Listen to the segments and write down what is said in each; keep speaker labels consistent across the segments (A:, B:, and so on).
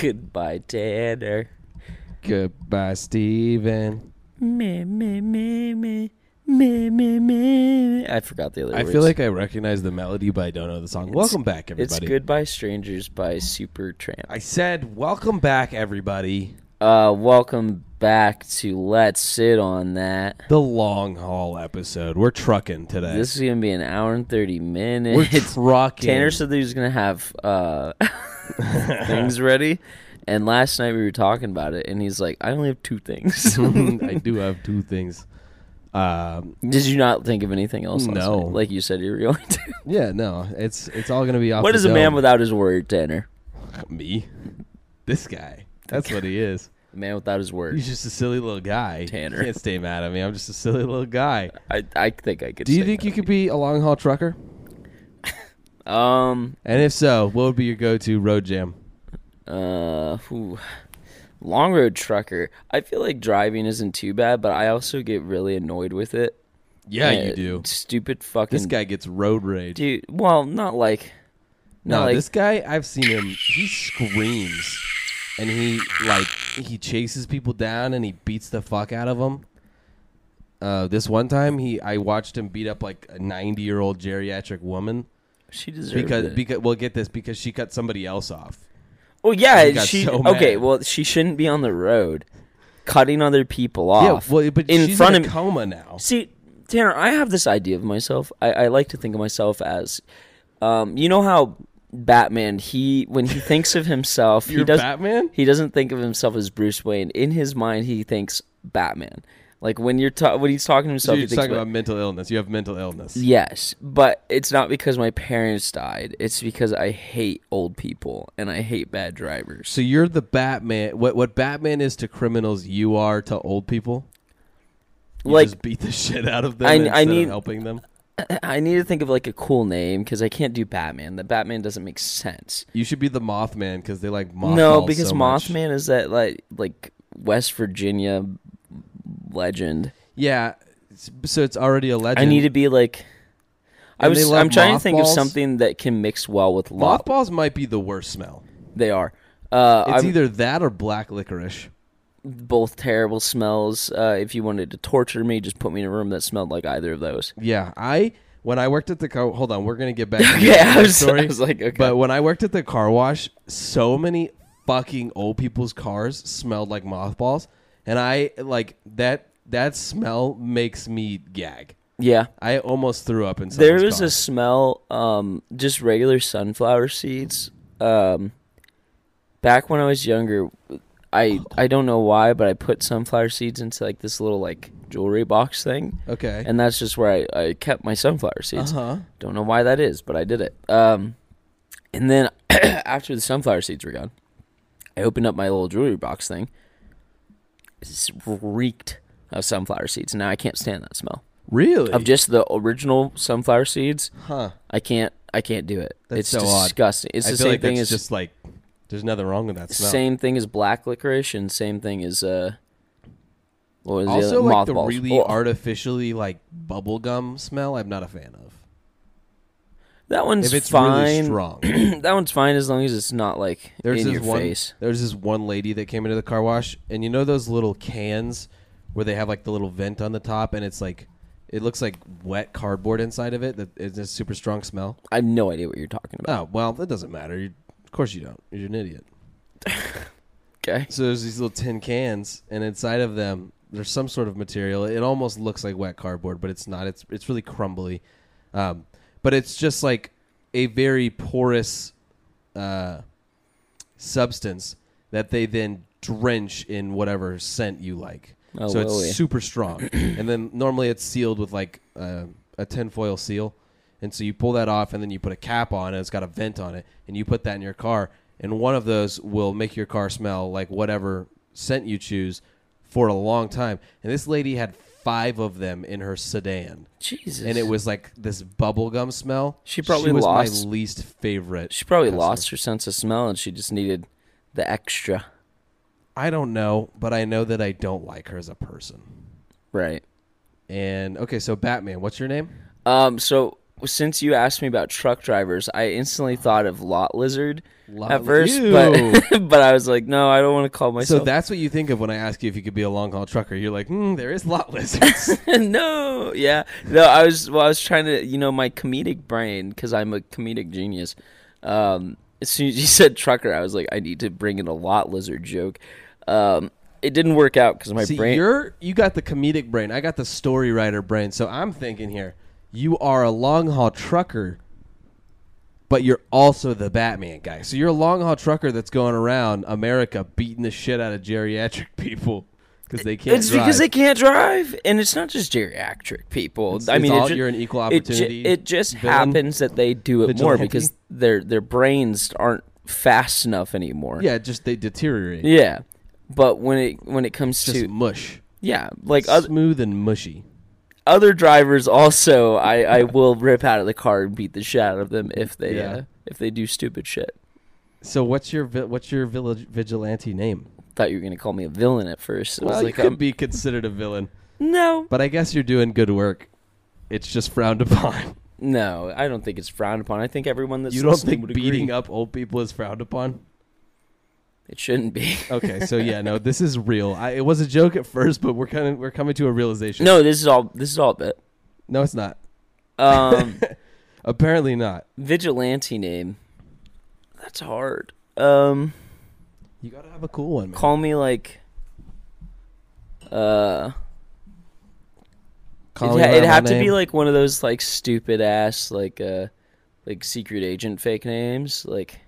A: Goodbye, Tanner.
B: Goodbye, Steven.
A: Me, me, me, me. Me, me, me. I forgot the other
B: I
A: words.
B: feel like I recognize the melody, but I don't know the song. welcome back, everybody.
A: it's Goodbye Strangers by Supertramp.
B: I said, welcome back, everybody.
A: Uh, welcome back to Let's Sit on That.
B: The long haul episode. We're trucking today.
A: This is gonna be an hour and thirty
B: We're
A: minutes.
B: trucking.
A: Tanner said that he was gonna have uh things ready, and last night we were talking about it, and he's like, "I only have two things."
B: I do have two things. Um,
A: Did you not think of anything else? Last
B: No.
A: night? like you said, you were going to.
B: yeah, no, it's it's all gonna be off.
A: what
B: the
A: is a man
B: dome.
A: without his word, Tanner?
B: me? This guy. That's what he is.
A: A man without his word.
B: He's just a silly little guy.
A: Tanner.
B: You can't stay mad at me. I'm just a silly little guy.
A: I, I think I could.
B: Do you
A: say
B: think
A: that.
B: you could be a long haul trucker?
A: Um.
B: And if so, what would be your go to road jam?
A: Uh, whew. long road trucker. I feel like driving isn't too bad, but I also get really annoyed with it.
B: Yeah,
A: Uh,
B: you do.
A: Stupid fucking
B: This guy gets road rage.
A: dude. Well, not like, not
B: no,
A: like.
B: this guy, I've seen him. He screams, and he like he chases people down, and he beats the fuck out of them. Uh, this one time, he I watched him beat up like a ninety year old geriatric woman
A: she deserved
B: because
A: it.
B: because well, get this because she cut somebody else off.
A: well,
B: she
A: yeah,
B: got
A: she.
B: so
A: okay,
B: mad.
A: well, she shouldn't be on the road, cutting other people off.
B: Yeah, well, but
A: in
B: she's
A: front
B: in a
A: of
B: coma now.
A: See, Tanner, I have this idea of myself. I, I like to think of myself as, um, you know how Batman he when he thinks of himself, he
B: You're
A: does
B: Batman?
A: He doesn't think of himself as Bruce Wayne. In his mind, he thinks Batman. Like when you're ta- when he's talking to
B: So
A: himself,
B: you're
A: he
B: just
A: thinks
B: talking
A: about
B: about mental illness. You have mental illness.
A: Yes, but it's not because my parents died. It's because I hate old people and I hate bad drivers.
B: So you're the Batman. What what Batman is to criminals, you are to old people. You
A: like
B: just beat the shit out of them
A: I- I
B: instead
A: need-
B: of helping them.
A: I need to think of like a cool name because I can't do Batman. The Batman doesn't make sense.
B: You should be the Mothman because they like Mothman.
A: no, because
B: so much.
A: Mothman is that like like West Virginia legend.
B: Yeah, s- so it's already a legend.
A: I need to be like. I
B: And they
A: was.
B: love
A: I'm trying to think of
B: mothballs?
A: something that can mix well with love.
B: Mothballs might be the worst smell.
A: They are. Uh,
B: It's
A: I'm
B: either that or black licorice.
A: both terrible smells. Uh, if you wanted to torture me, just put me in a room that smelled like either of those.
B: Yeah, I when I worked at the car. Hold on, we're gonna get back. to
A: Okay,
B: the
A: I
B: car
A: was-
B: story.
A: I was like, okay.
B: But when I worked at the car wash, so many fucking old people's cars smelled like mothballs, and I like that. That smell makes me gag.
A: Yeah.
B: I almost threw up in.
A: There
B: someone's
A: was
B: car.
A: a smell, um, just regular sunflower seeds. Um, back when I was younger, I I don't know why, but I put sunflower seeds into like this little like jewelry box thing,
B: okay.
A: and that's just where I, I kept my sunflower
B: Uh
A: seeds.
B: huh.
A: Don't know why that is, but I did it. Um, and then after the sunflower seeds were gone, I opened up my little jewelry box thing. It reeked of sunflower seeds. Now I can't stand that smell
B: Really?
A: of just the original sunflower seeds.
B: huh.
A: I can't. I can't do it.
B: That's
A: it's
B: so odd.
A: disgusting. It's
B: I
A: the
B: feel
A: same
B: like
A: thing
B: that's
A: as
B: just like there's nothing wrong with that smell.
A: same thing as black licorice, and same thing as uh. What was the
B: also,
A: other?
B: like
A: uh, mothballs.
B: the really
A: Well,
B: artificially like bubblegum smell, I'm not a fan of.
A: that one's
B: if it's
A: fine.
B: really strong,
A: that one's fine as long as it's not like
B: there's
A: in
B: this
A: your
B: one.
A: face.
B: There's this one lady that came into the car wash, and you know those little cans where they have like the little vent on the top, and it's like it looks like wet cardboard inside of it. That is a super strong smell.
A: I have no idea what you're talking about.
B: Oh well, that doesn't matter. you of course you don't. You're an idiot.
A: Okay.
B: So there's these little tin cans, and inside of them there's some sort of material. It almost looks like wet cardboard, but it's not. It's it's really crumbly, um, but it's just like a very porous uh, substance that they then drench in whatever scent you like.
A: Oh,
B: so
A: Lily.
B: it's super strong, and then normally it's sealed with like uh, a tinfoil seal, and so you pull that off, and then you put a cap on, and it's got a vent on it, and you put that in your car, and one of those will make your car smell like whatever scent you choose for a long time. And this lady had five of them in her sedan,
A: Jesus.
B: and it was like this bubblegum smell.
A: She probably
B: was
A: lost-
B: my least favorite.
A: she probably
B: customer.
A: lost her sense of smell, and she just needed the extra.
B: I don't know, but I know that I don't like her as a person.
A: Right.
B: And okay, so Batman, what's your name?
A: Um. So since you asked me about truck drivers, I instantly thought of lot lizard,
B: Love
A: at first,
B: you.
A: but but I was like, no, I don't want to call
B: so
A: myself.
B: that's what you think of when I ask you if you could be a long haul trucker. You're like, hmm, there is lot lizards.
A: no, yeah, no. I was well, I was trying to, you know, my comedic brain because I'm a comedic genius. Um, as soon as you said trucker, I was like, I need to bring in a lot lizard joke. Um, it didn't work out because my
B: See,
A: brain.
B: you're you got the comedic brain. I got the story writer brain. So I'm thinking here, you are a long haul trucker, but you're also the Batman guy. So you're a long haul trucker that's going around America beating the shit out of geriatric people because they can't.
A: it's because they
B: drive.
A: can't drive, and it's not just geriatric people. I
B: it's
A: mean,
B: all-
A: it ju-
B: you're an equal
A: it ju-
B: opportunity
A: It, just
B: villain.
A: happens that they do it more
B: Vigilante.
A: because their their brains aren't fast enough anymore.
B: Yeah, just they deteriorate.
A: Yeah. But when it when it comes
B: just
A: to
B: mush,
A: yeah, like other,
B: smooth and mushy.
A: other drivers also, I, I will rip out of the car and beat the shit out of them if they
B: Yeah.
A: uh, if they do stupid shit.
B: So what's your vi- what's your village vigilante name?
A: Thought you were gonna call me a villain at first. I was
B: Well, you
A: like,
B: could
A: um,
B: be considered a villain,
A: no,
B: but I guess you're doing good work. It's just frowned upon.
A: no, I don't think it's frowned upon. I think everyone that's
B: You don't
A: listening
B: think
A: would
B: beating
A: agree.
B: up old people is frowned upon?
A: it shouldn't be.
B: Okay, so yeah, no, this is real. I, it was a joke at first, but we're kind of we're coming to a realization.
A: no, this is all this is all a bit.
B: no, it's not.
A: Um,
B: Apparently not.
A: vigilante name. That's hard. Um.
B: You gotta have a cool one. Man.
A: call me like uh it
B: Call
A: would
B: me
A: ha-
B: by
A: it'd
B: my
A: have to be
B: name.
A: like one of those like stupid ass like uh like secret agent fake names like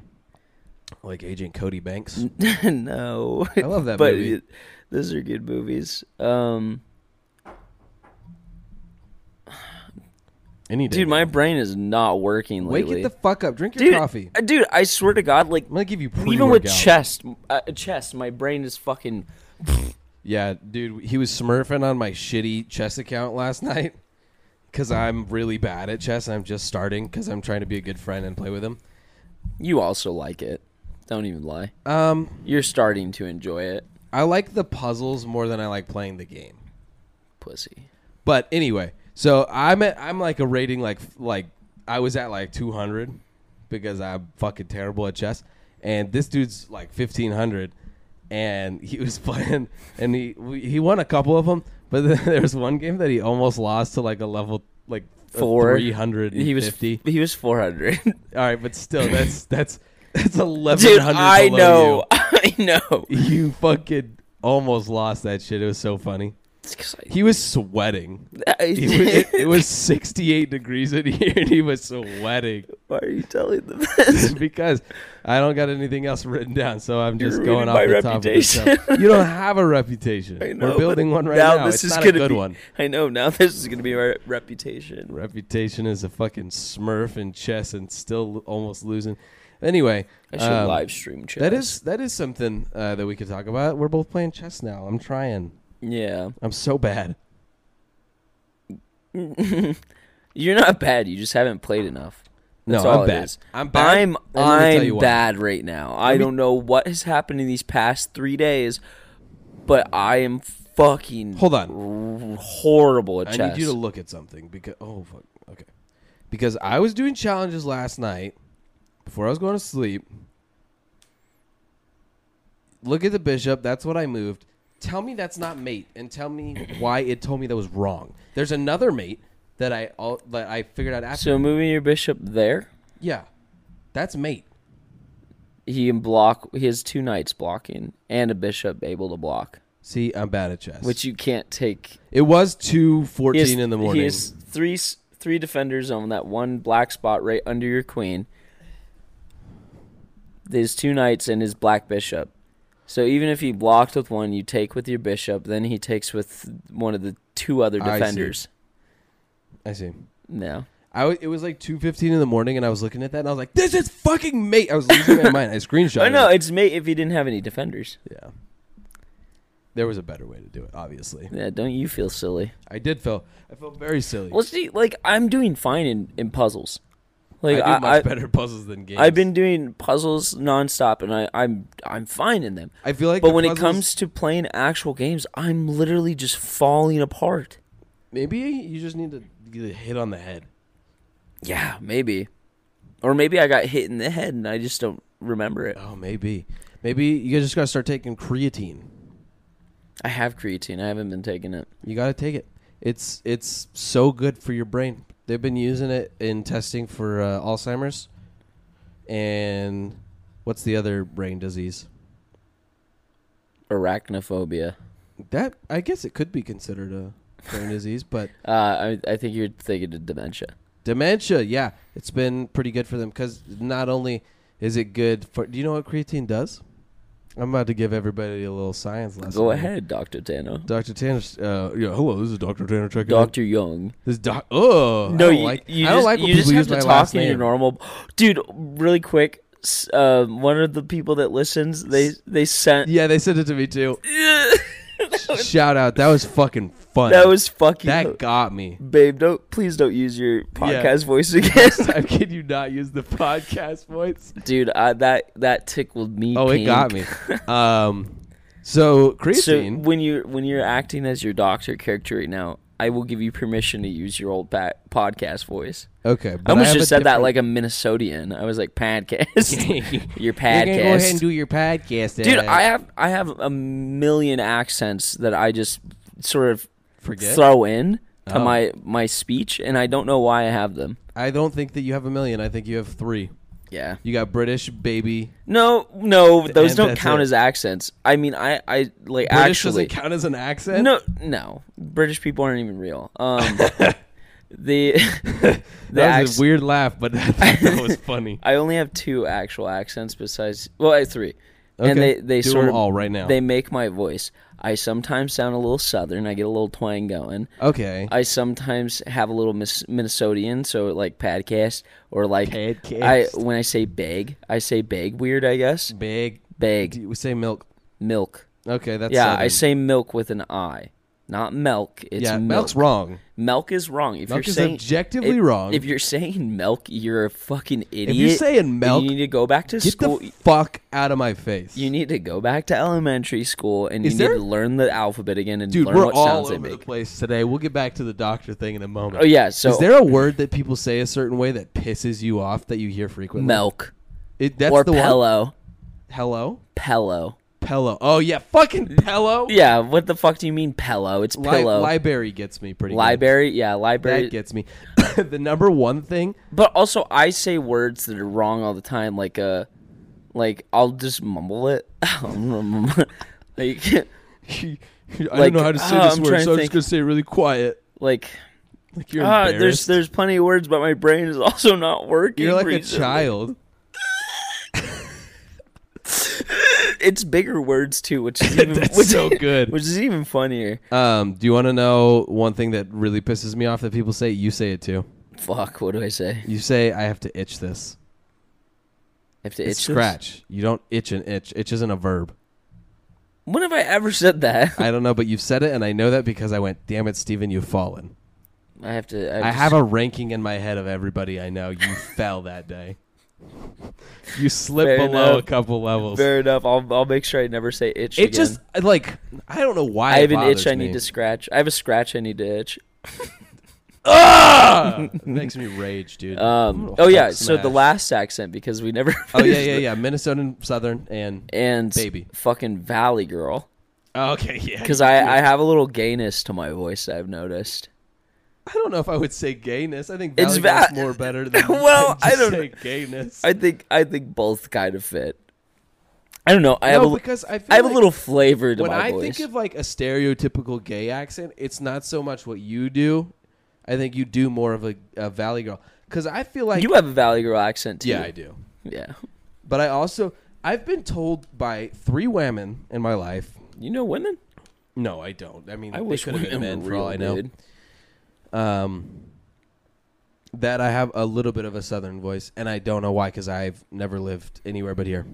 B: like Agent Cody Banks.
A: no
B: I love that
A: but
B: movie.
A: it- those are good movies um
B: Any day.
A: dude my brain is not working
B: wake
A: lately
B: it the fuck up. Drink your
A: dude,
B: coffee.
A: uh, dude I swear to god like
B: I'm gonna give you pre
A: even with chest uh, chest my brain is fucking
B: Yeah, dude, he was smurfing on my shitty chess account last night because I'm really bad at chess. I'm just starting because I'm trying to be a good friend and play with him.
A: you also like it don't even lie
B: Um,
A: you're starting to enjoy it
B: I like the puzzles more than I like playing the game.
A: pussy
B: But anyway, so I'm at I'm like a rating like like I was at like 200 because I'm fucking terrible at chess, and this dude's like 1500, and he was playing and he we- he won a couple of them, but then there was one game that he almost lost to like a level like a
A: Four.
B: 350.
A: He was He was four hundred.
B: All right, but still that's that's that's 1100.
A: Dude, I
B: below
A: know. I know.
B: you. you fucking almost lost that shit. It was so funny.
A: It's 'cause I-
B: He was sweating. He was-
A: I-
B: it, it was 68 degrees in here and he was sweating
A: Why are you telling them this?
B: because I don't got anything else written down, so I'm
A: You're
B: just
A: ruining
B: going off
A: my
B: the top of the
A: reputation.
B: stuff. You don't have a reputation.
A: I know,
B: We're building
A: but
B: one right now.
A: now this
B: it's
A: is
B: not a
A: gonna
B: good
A: be-
B: one.
A: I know. Now this is gonna be my reputation.
B: Reputation is a fucking smurf in chess and still l- almost losing. Anyway,
A: I should
B: um,
A: live stream chess.
B: That is that is something uh, that we could talk about. We're both playing chess now. I'm trying.
A: Yeah.
B: I'm so bad.
A: You're not bad. You just haven't played enough. That's
B: no,
A: all
B: I'm
A: it
B: bad.
A: is.
B: I'm bad.
A: I'm
B: and let me tell you
A: I'm
B: why.
A: bad right now. I
B: me-
A: don't know what has happened in these past three days, but I am fucking
B: Hold on.
A: r- horrible at
B: I
A: chess.
B: need you to look at something because oh fuck okay, because I was doing challenges last night before I was going to sleep. Look at the bishop. That's what I moved. Tell me that's not mate, and tell me why it told me that was wrong. There's another mate that I all that I figured out after.
A: so moving your bishop there.
B: yeah, that's mate.
A: he can block he has two knights blocking and a bishop able to block
B: See, I'm bad at chess.
A: which you can't take
B: it was two
A: He
B: fourteen
A: has-
B: in the morning.
A: he has three s- three defenders on that one black spot right under your queen there's two knights and his black bishop so even if he blocked with one you take with your bishop then he takes with one of the two other
B: I see.
A: defenders
B: I see.
A: no
B: I w- it was like two fifteen in the morning, and I was looking at that, and I was like, "This is fucking mate." I was losing my mind. I screenshot.
A: oh no it's mate if he didn't have any defenders
B: Yeah. There was a better way to do it, obviously.
A: yeah don't you feel silly
B: I did feel I felt very silly.
A: well see like i'm doing fine in, in puzzles like
B: I do much
A: I,
B: better puzzles than games.
A: I've been doing puzzles nonstop, and I, I'm I'm fine in them.
B: I feel like
A: But
B: the
A: when it
B: puzzles-
A: comes to playing actual games, I'm literally just falling apart.
B: maybe you just need to get a hit on the head.
A: Yeah, maybe, or maybe I got hit in the head, and I just don't remember it.
B: Oh, maybe. Maybe you guys just gotta start taking creatine.
A: I have creatine. I haven't been taking it.
B: You gotta take it. It's it's so good for your brain. They've been using it in testing for uh, Alzheimer's, and what's the other brain disease?
A: Arachnophobia.
B: That I guess it could be considered a brain disease, but
A: Uh, I, I think you're thinking of dementia.
B: dementia. Yeah, it's been pretty good for them because not only is it good for. Do you know what creatine does? I'm about to give everybody a little science lesson.
A: Go
B: here.
A: ahead, Doctor Tano.
B: Dr. Tanner. Uh, yeah, hello. This is Dr. Tanner. Checking in.
A: Doctor Young.
B: This doc. Oh, I
A: No,
B: don't
A: you,
B: like.
A: you
B: I
A: just,
B: don't like when
A: you just
B: people
A: have
B: use
A: to
B: my
A: talk
B: last
A: in your
B: name.
A: normal. Dude, really quick. s- Uh, one of the people that listens, they they sent.
B: yeah, they sent it to me too. Shout out. That was fucking fun.
A: That was fucking.
B: That got me.
A: babe, don't please don't use your
B: Yeah.
A: podcast voice again,
B: I kid you not. Use the podcast voice.
A: dude. I, that that tickled me.
B: Oh, it
A: pink.
B: got me. Um, so
A: So
B: creatine.
A: when you're when you're acting as your doctor character right now, I will give you permission to use your old pa- podcast voice.
B: okay,
A: I
B: but
A: almost
B: have
A: just
B: a
A: said that
B: different-
A: like a Minnesotian. I was like podcast,
B: You're
A: your
B: gonna go ahead
A: podcast,
B: and do your podcast,
A: dude.
B: uh,
A: I have I have a million accents that I just sort of
B: forget.
A: throw in to
B: Oh.
A: my my speech, and I don't know why I have them.
B: I don't think that you have a million. I think you have three.
A: Yeah.
B: You got British baby.
A: No, no, those
B: and
A: don't
B: that's
A: count
B: it.
A: as accents. I mean, I, I like
B: British
A: actually.
B: doesn't count as an accent.
A: No, no, British people aren't even real. Um, the the
B: that was
A: acc-
B: a weird laugh, but that, that was funny.
A: I only have two actual accents besides. Well, I have three, and
B: Okay,
A: they they
B: do
A: sort
B: 'em
A: of
B: all right now.
A: They make my voice. I sometimes sound a little southern. I get a little twang going.
B: Okay.
A: I sometimes have a little mis- Minnesotian, so like podcast or like
B: Podcast.
A: I when I say bag, I say bag weird. I guess
B: Big.
A: bag
B: Do we say milk?
A: milk.
B: Okay, that's
A: Yeah, I
B: southern.
A: say milk with an I, not milk. It's
B: yeah.
A: milk.
B: Milk's wrong.
A: Milk is wrong. If
B: Milk
A: you're
B: is
A: saying
B: objectively
A: if-
B: wrong.
A: If you're saying milk, you're a fucking idiot.
B: saying
A: and
B: milk,
A: you need to go back to
B: Get
A: school.
B: the fuck out of my face,
A: you need to go back to elementary school and you
B: Is
A: need
B: there-
A: to learn the alphabet again and
B: dude.
A: learn
B: We're
A: what
B: all
A: sounds
B: over
A: they
B: the
A: make.
B: place today. We'll get back to the doctor thing in a moment.
A: Oh yeah, so
B: is there a word that people say a certain way that pisses you off that you hear frequently?
A: milk
B: It, that's
A: or
B: the One.
A: pillow,
B: Hello.
A: pillow.
B: Pillow. Oh yeah, fucking pillow.
A: Yeah, what the fuck do you mean pillow? It's
B: Li-
A: pillow.
B: library gets me pretty. good.
A: library, yeah, library.
B: That gets me. the number one thing.
A: But also, I say words that are wrong all the time. Like, uh, like I'll just mumble it. like,
B: I
A: Like, oh, I'm trying to think.
B: gonna say it really quiet.
A: like
B: Like you're
A: ah, there's there's plenty of words, but my brain is also not working.
B: you're like
A: recently.
B: a child.
A: It's bigger words too, which is even which,
B: so good.
A: which is even funnier.
B: Um, do you want to know one thing that really pisses me off that people say? You say it too.
A: Fuck, what do I say?
B: You say I have to itch this.
A: I have to
B: It's
A: itch this?
B: scratch. You don't itch an itch. Itch isn't a verb.
A: When have I ever said that?
B: I don't know, but you've said it, and I know that because I went, "Damn it, Steven, you've fallen."
A: I have to. I have,
B: I
A: to
B: have
A: s-
B: a ranking in my head of everybody I know. You fell that day. You slipped
A: Fair
B: below a
A: enough.
B: couple levels.
A: Fair enough. I'll I'll make sure I never say itch.
B: it
A: again.
B: just uh, like I don't know why.
A: I
B: it
A: have an itch
B: bothers
A: I
B: me.
A: need to scratch. I have a scratch I need to itch.
B: Ah! It makes me rage, dude. I'm
A: Um,
B: gonna
A: oh yeah,
B: Hulk
A: so the
B: smash.
A: last accent because we never.
B: Oh yeah, yeah, yeah. Minnesotan Southern and
A: And
B: Baby.
A: fucking Valley Girl,
B: oh, okay, yeah.
A: because I I have a little gayness to my voice. I've noticed.
B: I don't know if I would say gayness. I think
A: It's
B: Valley Girl's
A: va-
B: more better than
A: Well,
B: just
A: I don't
B: say gayness.
A: I think I think both kind of fit. I don't know. I have a,
B: no,
A: l-
B: because I, feel
A: I have
B: like
A: a little flavor to
B: When
A: my
B: I
A: voice.
B: think of like a stereotypical gay accent, it's not so much what you do. I think you do more of a, a Valley Girl because I feel like
A: you have a Valley Girl accent too.
B: yeah, I do.
A: Yeah.
B: But I also I've been told by three women in my life.
A: You know women.
B: No, I don't. I mean,
A: I
B: they
A: wish
B: could have
A: women
B: been men
A: were
B: for all
A: real,
B: I know.
A: dude.
B: um, that I have a little bit of a southern voice, and I don't know why because I've never lived anywhere but here.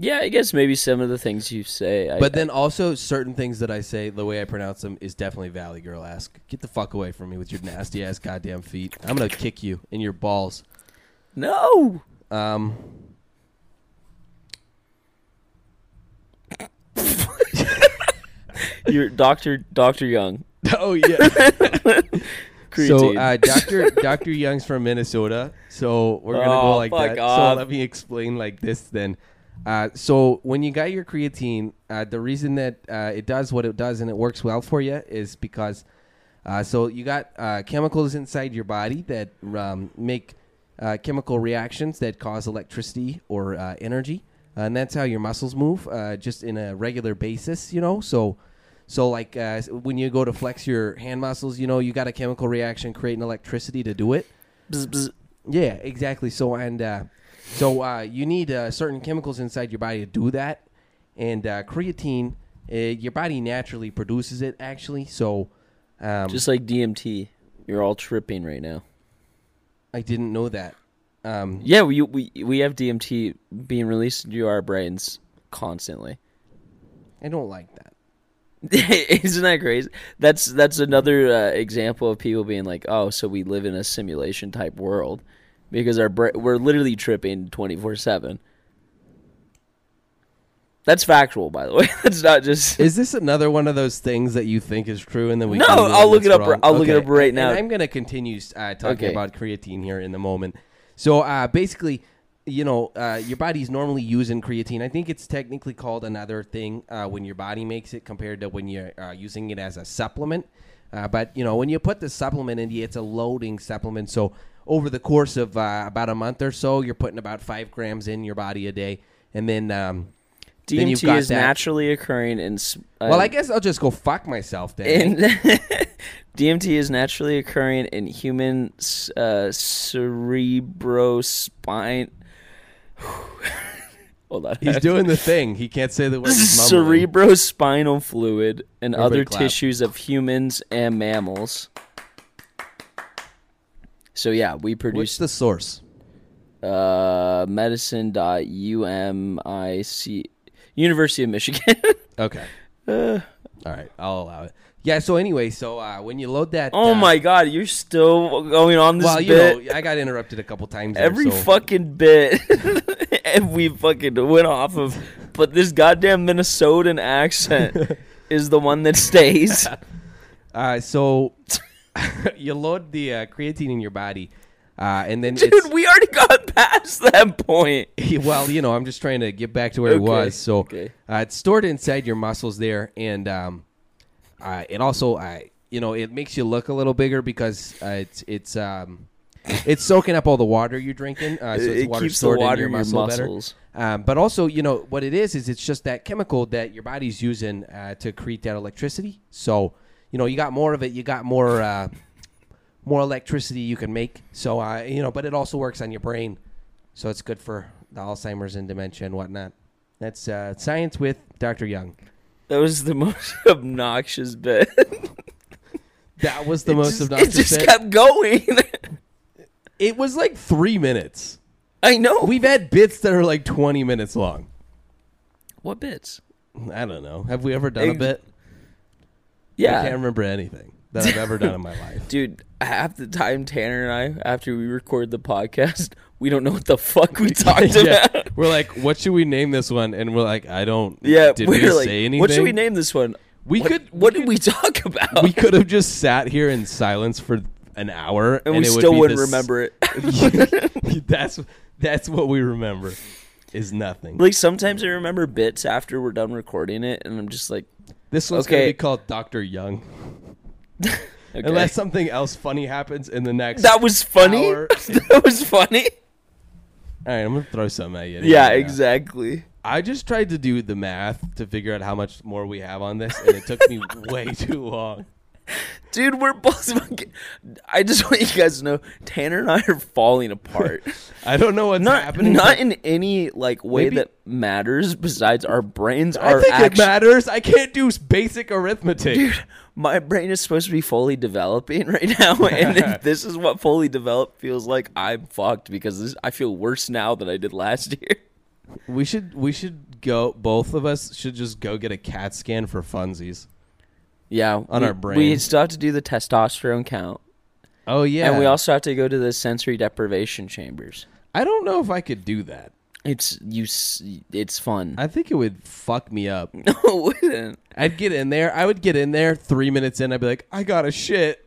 A: Yeah, I guess maybe some of the things you say. I,
B: But then also certain things that I say, the way I pronounce them, is definitely Valley Girl esque. Get the fuck away from me with your nasty ass goddamn feet. I'm gonna kick you in your balls.
A: no.
B: Um.
A: You're Doctor Doctor Young.
B: Oh yeah.
A: creatine.
B: So uh, Doctor Doctor Young's from Minnesota, so we're gonna
A: Oh,
B: go like
A: fuck
B: that.
A: off.
B: So let me explain like this then. Uh, so when you got your creatine, uh, the reason that uh, it does what it does and it works well for you is because uh, so you got uh, chemicals inside your body that um, make uh, chemical reactions that cause electricity or uh, energy, and that's how your muscles move, uh, just in a regular basis, you know. So so like uh, s- when you go to flex your hand muscles, you know you got a chemical reaction creating electricity to do it.
A: Bzz, bzz.
B: Yeah, exactly. So and uh, so uh, you need uh, certain chemicals inside your body to do that, and uh, creatine, uh, your body naturally produces it actually. So um,
A: Just like DMT, you're all tripping right now.
B: I didn't know that. Um,
A: Yeah, we we we have DMT being released into our brains constantly.
B: I don't like that.
A: Isn't that crazy? That's that's another uh, example of people being like, "Oh, so we live in a simulation type world because our bra- we're literally tripping 24/7." That's factual, by the way. That's not just
B: Is this another one of those things that you think is true and then we
A: No,
B: Google
A: I'll
B: and
A: look
B: it's
A: it up
B: wrong?
A: r- I'll look it up right
B: and-
A: now.
B: And I'm gonna continue uh, talking
A: Okay.
B: about creatine here in a moment. So uh, basically, you know, uh, your body's normally using creatine. I think it's technically called another thing uh, when your body makes it compared to when you're uh, using it as a supplement. Uh, but you know, when you put the supplement in, it's a loading supplement. So over the course of uh, about a month or so, you're putting about five grams in your body a day, and then. Um, then you've
A: DMT
B: got
A: is
B: that-
A: naturally occurring in s- uh,
B: well, I guess I'll just go fuck myself then.
A: in DMT is naturally occurring in human s- uh, cerebrospine. Hold on.
B: He's doing the thing. He can't say the word. He's mumbling.
A: cerebrospinal fluid and
B: Everybody
A: other
B: clap.
A: tissues of humans and mammals. So yeah, we
B: What's
A: produce
B: the source?
A: uh, medicine.umic University of Michigan.
B: Okay. Uh, All right, I'll allow it. Yeah. So anyway, so uh, when you load that,
A: oh
B: uh,
A: my god, you're still going on this
B: Well, you
A: bit.
B: know, I got interrupted a couple times. there,
A: Every
B: so-
A: fucking bit, and we fucking went off of, but this goddamn Minnesotan accent is the one that stays.
B: Uh, so you load the uh, creatine in your body, uh, and then
A: Dude,
B: it's,
A: we already got past that point.
B: well, you know, I'm just trying to get back to where it
A: Okay,
B: was. So
A: okay.
B: uh, it's stored inside your muscles there, and um, uh, it also, uh, you know, it makes you look a little bigger because uh, it's it's um, it's soaking up all the water you're drinking. Uh, so
A: It-
B: it's
A: it
B: water
A: keeps the
B: stored
A: water
B: in your,
A: in your
B: muscle
A: muscles.
B: Better. Um, but also, you know, what it is is it's just that chemical that your body's using uh, to create that electricity. So, you know, you got more of it, you got more. Uh, more electricity you can make. So uh, you know, but it also works on your brain, so it's good for the Alzheimer's and dementia and whatnot. That's uh, science with Dr. Young.
A: That was the most obnoxious bit.
B: That was the
A: It
B: most
A: just-
B: obnoxious.
A: It just
B: bit.
A: kept going.
B: it was like three minutes.
A: I know.
B: We've had bits that are like twenty minutes long.
A: what bits?
B: I don't know. Have we ever done a
A: Ex-
B: bit? I can't
A: Yeah,
B: remember anything that I've ever done in my life.
A: dude. Half the time, Tanner and I, after we record the podcast, we don't know what the fuck we talked
B: Yeah.
A: about.
B: We're like, what should we name this one? And we're like, I don't.
A: Yeah,
B: did
A: we're
B: we
A: like,
B: say anything?
A: what should we name this one?
B: We
A: What-
B: could- we
A: What
B: could-
A: did we talk about?
B: we could have just sat here in silence for an hour,
A: and we
B: it would
A: still
B: be
A: wouldn't
B: this-
A: remember it.
B: that's that's what we remember is nothing.
A: like sometimes I remember bits after we're done recording it, and I'm just like,
B: This one's
A: okay.
B: gonna be called Doctor Young,
A: okay.
B: unless something else funny happens in the next.
A: that was funny.
B: Hour.
A: that was funny.
B: All right, I'm gonna throw something at you.
A: Yeah,
B: Now.
A: exactly.
B: I just tried to do the math to figure out how much more we have on this, and it took me way too long.
A: Dude, we're both. fucking- I just want you guys to know, Tanner and I are falling apart.
B: I don't know what's
A: not
B: happening.
A: not in any like way
B: Maybe-
A: that matters. Besides, our brains
B: I
A: are
B: think it
A: actually.
B: matters. I can't do s- basic arithmetic.
A: my brain is supposed to be fully developing right now, and if this is what fully developed feels like, I'm fucked because this, I feel worse now than I did last year.
B: We should we should go. Both of us should just go get a CAT scan for funsies.
A: Yeah,
B: On
A: we,
B: our brain.
A: we still have to do the testosterone count,
B: Oh yeah,
A: and we also have to go to the sensory deprivation chambers.
B: I don't know if I could do that.
A: It's you. s- It's fun.
B: I think it would fuck me up.
A: No, it wouldn't.
B: I'd get in there. I would get in there three minutes in. I'd be like, I got to shit.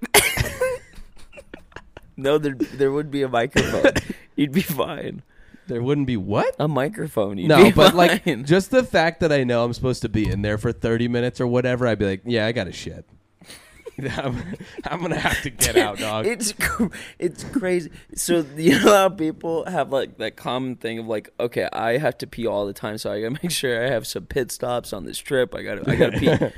A: No, there there would be a microphone. You'd be fine.
B: There wouldn't be what?
A: A microphone. You'd
B: No,
A: be
B: but like
A: fine.
B: just the fact that I know I'm supposed to be in there for 30 minutes or whatever, I'd be like, yeah, I got to shit. I'm, I'm gonna have to get out, dog.
A: It's cr- it's crazy. So you know how people have like that common thing of like, okay, I have to pee all the time, so I gotta make sure I have some pit stops on this trip. I gotta I gotta pee.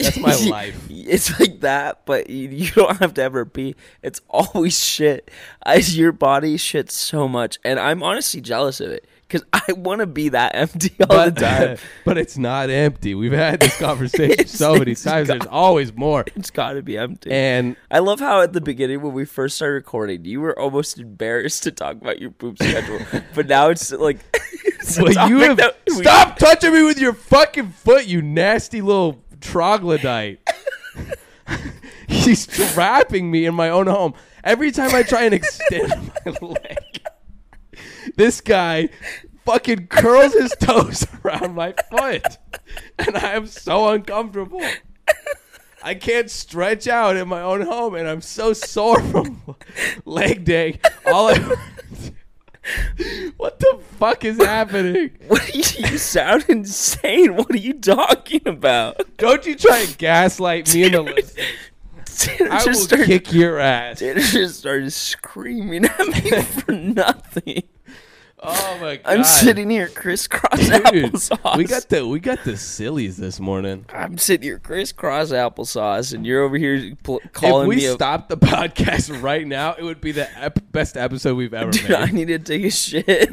B: That's my life.
A: It's like that, but you, you don't have to ever pee. It's always shit. I, your body shits so much, and I'm honestly jealous of it because I want to be that empty all
B: but,
A: Oh, the time.
B: but it's not empty. We've had this conversation so many
A: it's
B: times.
A: got-
B: There's always more.
A: It's got to be empty.
B: And
A: I love how at the beginning when we first started recording, you were almost embarrassed to talk about your poop schedule, but now it's like. it's a
B: well, you
A: topic
B: have
A: that we-
B: stop touching me with your fucking foot, you nasty little troglodyte. He's trapping me in my own home every time I try and extend my leg. This guy fucking curls his toes around my foot, and I am so uncomfortable. I can't stretch out in my own home, and I'm so sore from leg day. All I, what the fuck is happening?
A: What do you, you sound insane. What are you talking about?
B: Don't you try and gaslight me into listening.
A: Tanner
B: I will
A: just started,
B: kick your ass.
A: Tanner just started screaming at me for nothing.
B: Oh my god!
A: I'm sitting here crisscross
B: Dude,
A: applesauce.
B: we got the we got the sillies this morning.
A: I'm sitting here crisscross applesauce, and you're over here pl-
B: If
A: calling
B: we
A: me. a-
B: stopped the podcast right now, it would be the ep- best episode we've ever
A: Dude, I
B: made.
A: need to take a shit.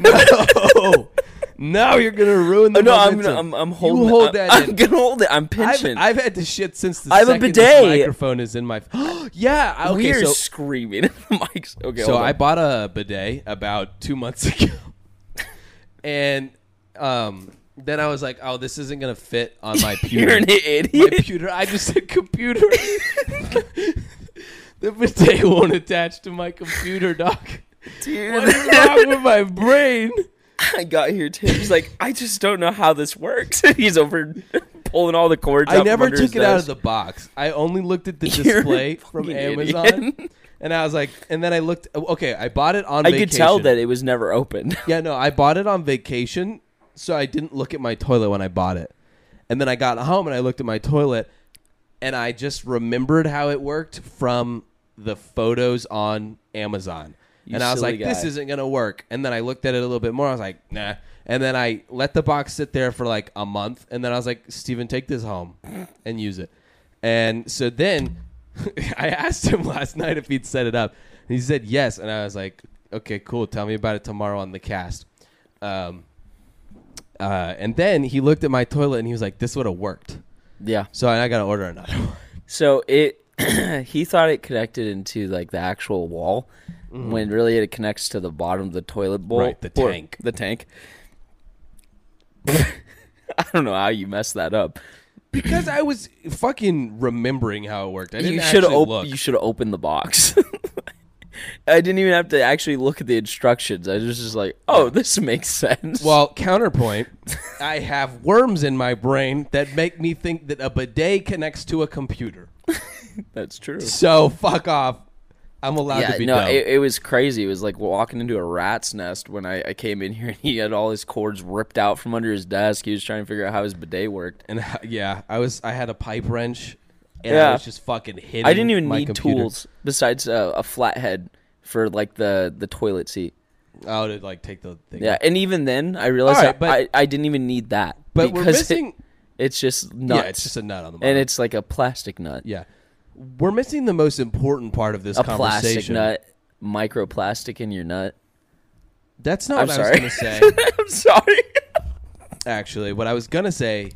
B: no, now you're gonna ruin the.
A: Oh, no, I'm
B: momentum.
A: gonna, I'm, I'm holding.
B: You hold
A: I'm,
B: that.
A: I'm
B: in.
A: gonna hold it. I'm
B: I've,
A: pinching.
B: I've had to shit since the
A: I have a
B: second
A: bidet.
B: this microphone is in my. yeah, okay.
A: we are
B: so
A: screaming. Mike's okay.
B: so
A: hold on.
B: I bought a bidet about two months ago, and um, then I was like, "Oh, this isn't gonna fit on my pewter."
A: you're an
B: my
A: idiot.
B: pewter. I just said computer. the bidet won't attach to my computer, doc. What is
A: Dude,
B: wrong with my brain?
A: I got here too. He's like, I just don't know how this works. He's over pulling all the cords.
B: I
A: out from
B: never
A: under
B: took
A: his
B: it out of
A: desk.
B: the box. I only looked at the
A: You're a
B: display from
A: fucking
B: Amazon,
A: idiot.
B: and I was like, and then I looked. oh, Okay, I bought it on.
A: I
B: vacation.
A: could tell that it was never opened.
B: Yeah, no, I bought it on vacation, so I didn't look at my toilet when I bought it. And then I got home and I looked at my toilet and I just remembered how it worked from the photos on Amazon.
A: You
B: and I was
A: silly
B: like, this
A: guy.
B: isn't going to work. And then I looked at it a little bit more. I was like, nah. And then I let the box sit there for like a month. And then I was like, Steven, take this home and use it. And so then I asked him last night if he'd set it up. And he said yes. And I was like, okay, cool. Tell me about it tomorrow on the cast. Um, uh, and then he looked at my toilet and he was like, this would have worked.
A: yeah.
B: So I got to order another one.
A: So it, he thought it connected into like the actual wall, when really it connects to the bottom of the toilet bowl,
B: Mm-hmm. Right, the
A: or
B: tank.
A: the tank. I don't know how you messed that up.
B: Because I was fucking remembering how it worked. I didn't
A: You should
B: actually
A: op-
B: look.
A: You should open the box. I didn't even have to actually look at the instructions. I was just like, oh, this makes sense.
B: well, counterpoint, I have worms in my brain that make me think that a bidet connects to a computer.
A: that's true.
B: So fuck off. I'm allowed
A: Yeah,
B: to be
A: no,
B: dumb.
A: it, it was crazy. It was like walking into a rat's nest when I, I came in here and he had all his cords ripped out from under his desk. He was trying to figure out how his bidet worked.
B: and uh, yeah, I was I had a pipe wrench and I
A: Yeah.
B: was just fucking hitting
A: I didn't even
B: my
A: need
B: computer.
A: tools besides uh, a flathead for like the, the toilet seat.
B: Oh, to like take the thing.
A: Yeah, and even then I realized
B: Alright,
A: I,
B: but-
A: I, I didn't even need that.
B: But we're
A: because it-
B: missing
A: it's just nuts.
B: Yeah, it's just a nut on the bottom.
A: and it's like a plastic nut.
B: yeah. We're missing the most important part of this
A: a plastic
B: conversation.
A: nut, microplastic in your nut.
B: That's not
A: I'm
B: what
A: sorry.
B: I was gonna say.
A: I'm sorry.
B: actually. What I was gonna say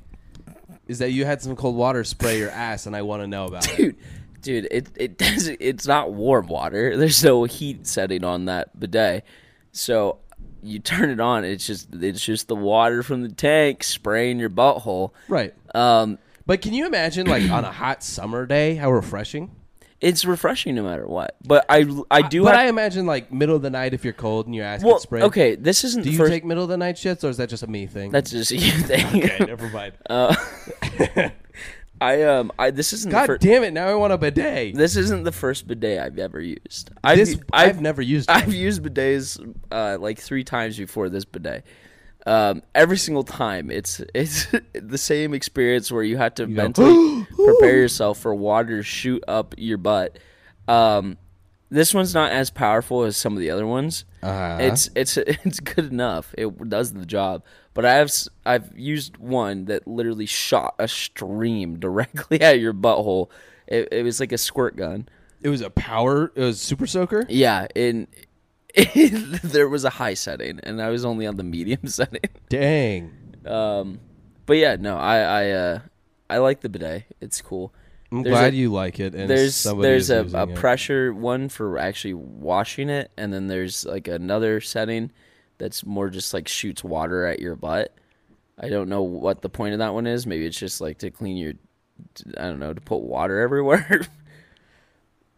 B: is that you had some cold water spray your ass, and I want to know about it.
A: Dude, dude, it it doesn't it's not warm water. There's no heat setting on that bidet. So you turn it on, it's just it's just the water from the tank spraying your butthole.
B: Right.
A: Um
B: But can you imagine, like, on a hot summer day, how refreshing?
A: it's refreshing no matter what. But I I do
B: but
A: have
B: I imagine, like, middle of the night if you're cold and your ass
A: well,
B: gets sprayed.
A: okay, this isn't
B: Do
A: the
B: you
A: first
B: take middle of the night shits, or is that just a me thing?
A: Uh, that's just a you thing.
B: okay. Never mind.
A: I um I this isn't the
B: God
A: fir-
B: damn it! Now I want a bidet.
A: this isn't the first bidet I've ever used. I've
B: This I've,
A: I've,
B: never used. it.
A: I've used bidets uh, like three times before this bidet. Um, every single time, it's it's the same experience where you have to mentally prepare yourself for water to shoot up your butt. Um, this one's not as powerful as some of the other ones.
B: Uh-huh.
A: It's it's it's good enough. It does the job. But I've s- I've used one that literally shot a stream directly at your butthole. It, it was like a squirt gun.
B: It was a power. It was super soaker.
A: Yeah, and there was a high setting, and I was only on the medium setting.
B: Dang.
A: But yeah, no, I I uh, I like the bidet. It's cool.
B: I'm
A: There's
B: glad
A: a-
B: you like it. And
A: There's
B: somebody is
A: there's a,
B: using
A: a
B: it.
A: pressure one for actually washing it, and then there's like another setting that's more just like shoots water at your butt. I don't know what the point of that one is. Maybe it's just like to clean your, I don't know, to put water everywhere.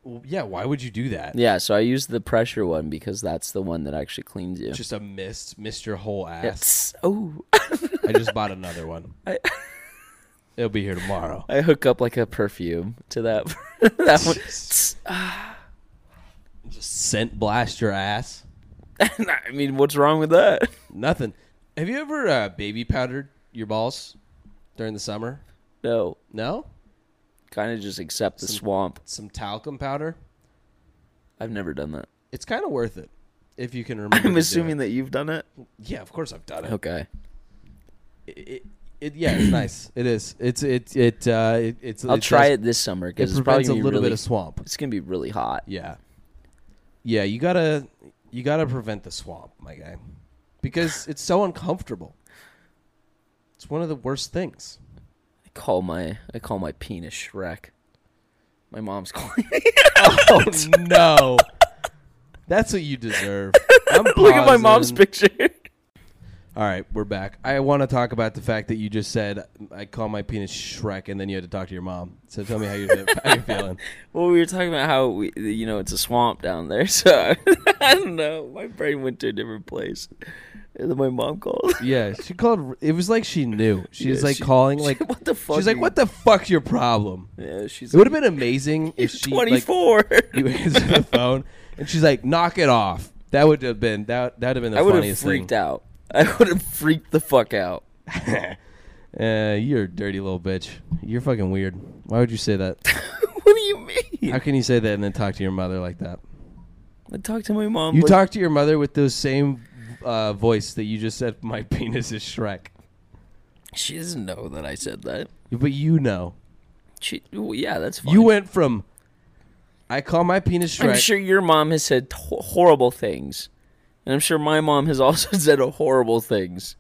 B: Well, Yeah. Why would you do that?
A: yeah, so I use the pressure one because that's the one that actually cleans you.
B: Just a mist. Missed your whole ass.
A: Yes. Oh,
B: I just bought another one. It'll be here tomorrow.
A: I hook up like a perfume to that that one.
B: Just scent blast your ass.
A: I mean, what's wrong with that?
B: Nothing. Have you ever uh, baby powdered your balls during the summer?
A: No,
B: No.
A: kind of just accept the swamp.
B: Some talcum powder.
A: I've never done that.
B: It's kind of worth it if you can remember. to
A: I'm
B: do
A: assuming
B: it.
A: that you've done it.
B: Yeah, of course I've done it.
A: Okay.
B: it, it, it yeah, it's nice. It is. It's it it uh it, it's.
A: I'll try
B: does-
A: it this summer
B: It
A: because it's probably
B: prevents a
A: gonna be
B: little
A: really,
B: bit of swamp.
A: It's gonna be really hot.
B: Yeah, yeah. You gotta you gotta prevent the swamp, my guy, because it's so uncomfortable. It's one of the worst things.
A: I call my I call my penis Shrek. My mom's calling.
B: Oh no, that's what you deserve. I'm
A: Look at my mom's
B: pausing.
A: picture.
B: All right, we're back. I want to talk about the fact that you just said I call my penis Shrek, and then you had to talk to your mom. So tell me how you're, how you're feeling.
A: well, we were talking about how we, you know, it's a swamp down there. So I don't know. My brain went to a different place. And then my mom called.
B: Yeah, she called. It was like she knew. She was
A: Yeah,
B: like
A: she-
B: calling, like
A: what the fuck?
B: she's like,
A: are
B: "What the fuck's your problem?"
A: you-" Yeah, she's
B: It would have been amazing if she
A: twenty
B: like
A: four.
B: you answer the phone and she's like, "Knock it off." That would have been that. That would have been the
A: I would have
B: funniest
A: freaked out. I would have freaked the fuck out.
B: thing. uh, you're a dirty little bitch. You're fucking weird. Why would you say that?
A: what do you mean?
B: How can you say that and then talk to your mother like that?
A: I talked to my mom.
B: You
A: like-
B: talk to your mother with those same uh, voice that you just said. My penis is Shrek,
A: She doesn't know that I said that.
B: but you know,
A: She, well, yeah, that's fine.
B: you went from. I call my penis Shrek.
A: I'm sure your mom has said t- horrible things, and I'm sure my mom has also said horrible things.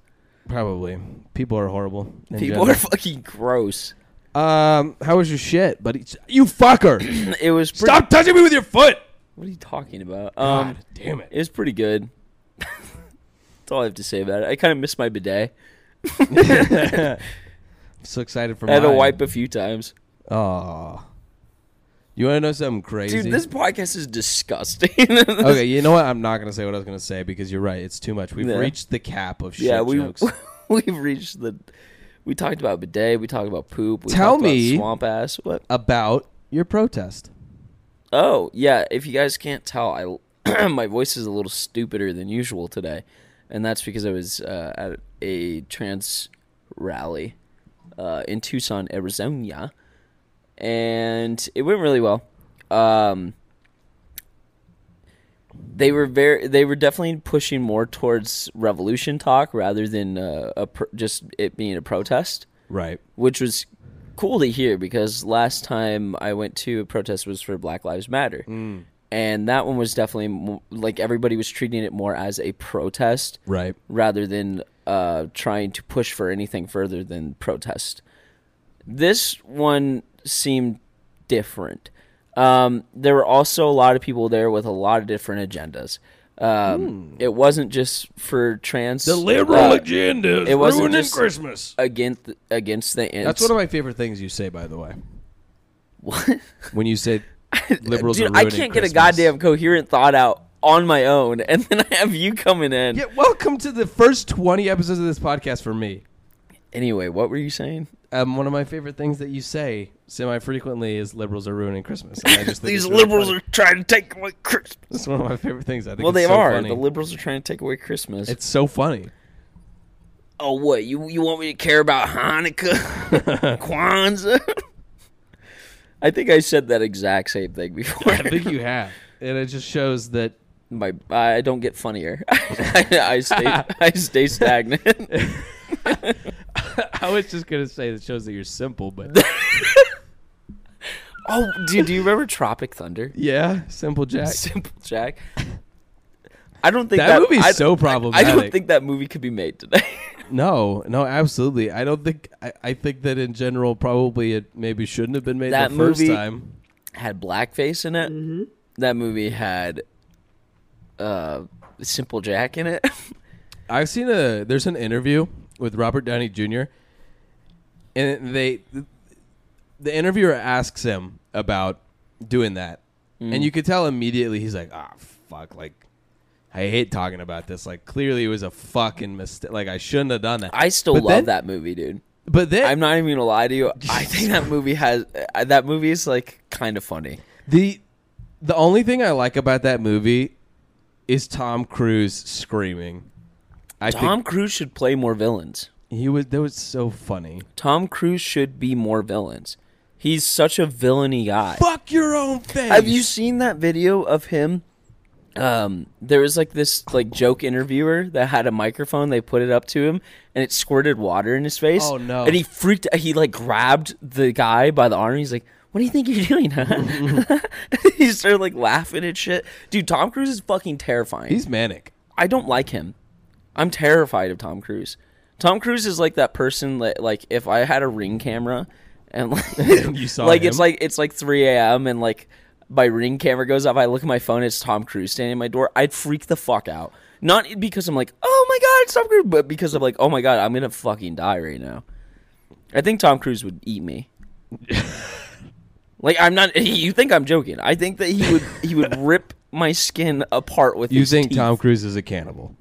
B: Probably. People are horrible. in
A: People are
B: general.
A: fucking gross.
B: Um, how was your shit, buddy? You fucker!
A: It was pretty,
B: Stop touching me with your foot!
A: What are you talking about? Um,
B: God damn it!
A: it was pretty good. that's all I have to say about it. I kind of missed my bidet.
B: I'm so excited for
A: I had to
B: mine.
A: wipe a few times.
B: Oh. You want to know something crazy?
A: Dude, this podcast is disgusting.
B: okay, you know what? I'm not gonna say what I was gonna say because you're right. It's too much. We've
A: Yeah.
B: reached the cap of shit
A: yeah, we
B: jokes.
A: we've reached the. We talked about bidet. We talked about poop. We
B: Tell
A: talked
B: me-
A: about swamp ass. What?
B: About your protest.
A: Oh yeah. If you guys can't tell, I my voice is a little stupider than usual today, and that's because I was uh, at a trans rally uh, in Tucson, Arizona, and it went really well. Um, they were very they were definitely pushing more towards revolution talk rather than uh, a pro- just it being a protest
B: Right.
A: which was cool to hear because last time I went to a protest was for Black Lives Matter. And that one was definitely mo- like everybody was treating it more as a protest
B: Right.
A: rather than uh, trying to push for anything further than protest. This one seemed different. Um, there were also a lot of people there with a lot of different agendas. Um, It wasn't just for trans.
C: The liberal
A: uh,
C: agenda is
A: it wasn't
C: ruining
A: just-
C: Christmas.
A: against against the.
B: That's one of my favorite things you say, by the way.
A: What?
B: When you say liberals
A: Dude,
B: are
A: I
B: ruining
A: can't get
B: Christmas.
A: a goddamn coherent thought out on my own, and then I have you coming in.
B: Yeah, welcome to the first 20 episodes of this podcast for me.
A: Anyway, what were you saying?
B: um, one of my favorite things that you say semi frequently is liberals are ruining Christmas. And I just think
A: These
B: it's really
A: liberals
B: funny.
A: are trying to take away Christmas.
B: It's one of my favorite things. I think
A: Well,
B: it's
A: they
B: so
A: are.
B: funny.
A: The liberals are trying to take away Christmas.
B: it's so funny.
A: oh, what you you want me to care about Hanukkah, Kwanzaa? I think I said that exact same thing before.
B: I think you have, and it just shows that
A: My I don't get funnier. I, I stay I stay stagnant.
B: I was just gonna say that shows that you're simple, but
A: oh, dude, do you remember Tropic Thunder?
B: yeah, simple Jack.
A: Simple Jack. I don't think
B: That,
A: that,
B: movie's
A: I,
B: so
A: I
B: problematic.
A: don't think that movie could be made today.
B: No, no, absolutely. I don't think. I, I think that in general, probably it maybe shouldn't have been made
A: That
B: the first
A: movie-
B: time.
A: had blackface in it. That movie had uh, Simple Jack in it.
B: I've seen a. There's an interview with Robert Downey Jr. And they, the interviewer asks him about doing that, and you could tell immediately he's like, ah, fuck, like. I hate talking about this. Like, clearly, it was a fucking mistake. Like, I shouldn't have done that.
A: I still
B: But
A: love
B: then-
A: that movie, dude.
B: But then
A: I'm not even gonna lie to you. I think that movie has uh, that movie is like kind of funny.
B: The the only thing I like about that movie is Tom Cruise screaming. I
A: Tom
B: think
A: Cruise should play more villains.
B: he was that was so funny.
A: Tom Cruise should be more villains. He's such a villainy guy.
B: Fuck your own face.
A: Have you seen that video of him? Um, there was like this like joke interviewer that had a microphone. They put it up to him, and it squirted water in his face.
B: Oh, no.
A: And he freaked. He like grabbed the guy by the arm. He's like, "What do you think you're doing?" Huh? he started like laughing and shit. Dude, Tom Cruise is fucking terrifying.
B: He's manic.
A: I don't like him. I'm terrified of Tom Cruise. Tom Cruise is like that person that like if I had a ring camera and like,
B: You saw
A: like
B: him?
A: it's like it's like 3 a.m. and like my ring camera goes off. I look at my phone. It's Tom Cruise standing at my door. I'd freak the fuck out. Not because I'm like, oh my god, it's Tom Cruise, but because I'm like, oh my god, I'm gonna fucking die right now. I think Tom Cruise would eat me. like I'm not. You think I'm joking? I think that he would. He would rip my skin apart with.
B: You
A: his
B: think
A: teeth.
B: Tom Cruise is a cannibal?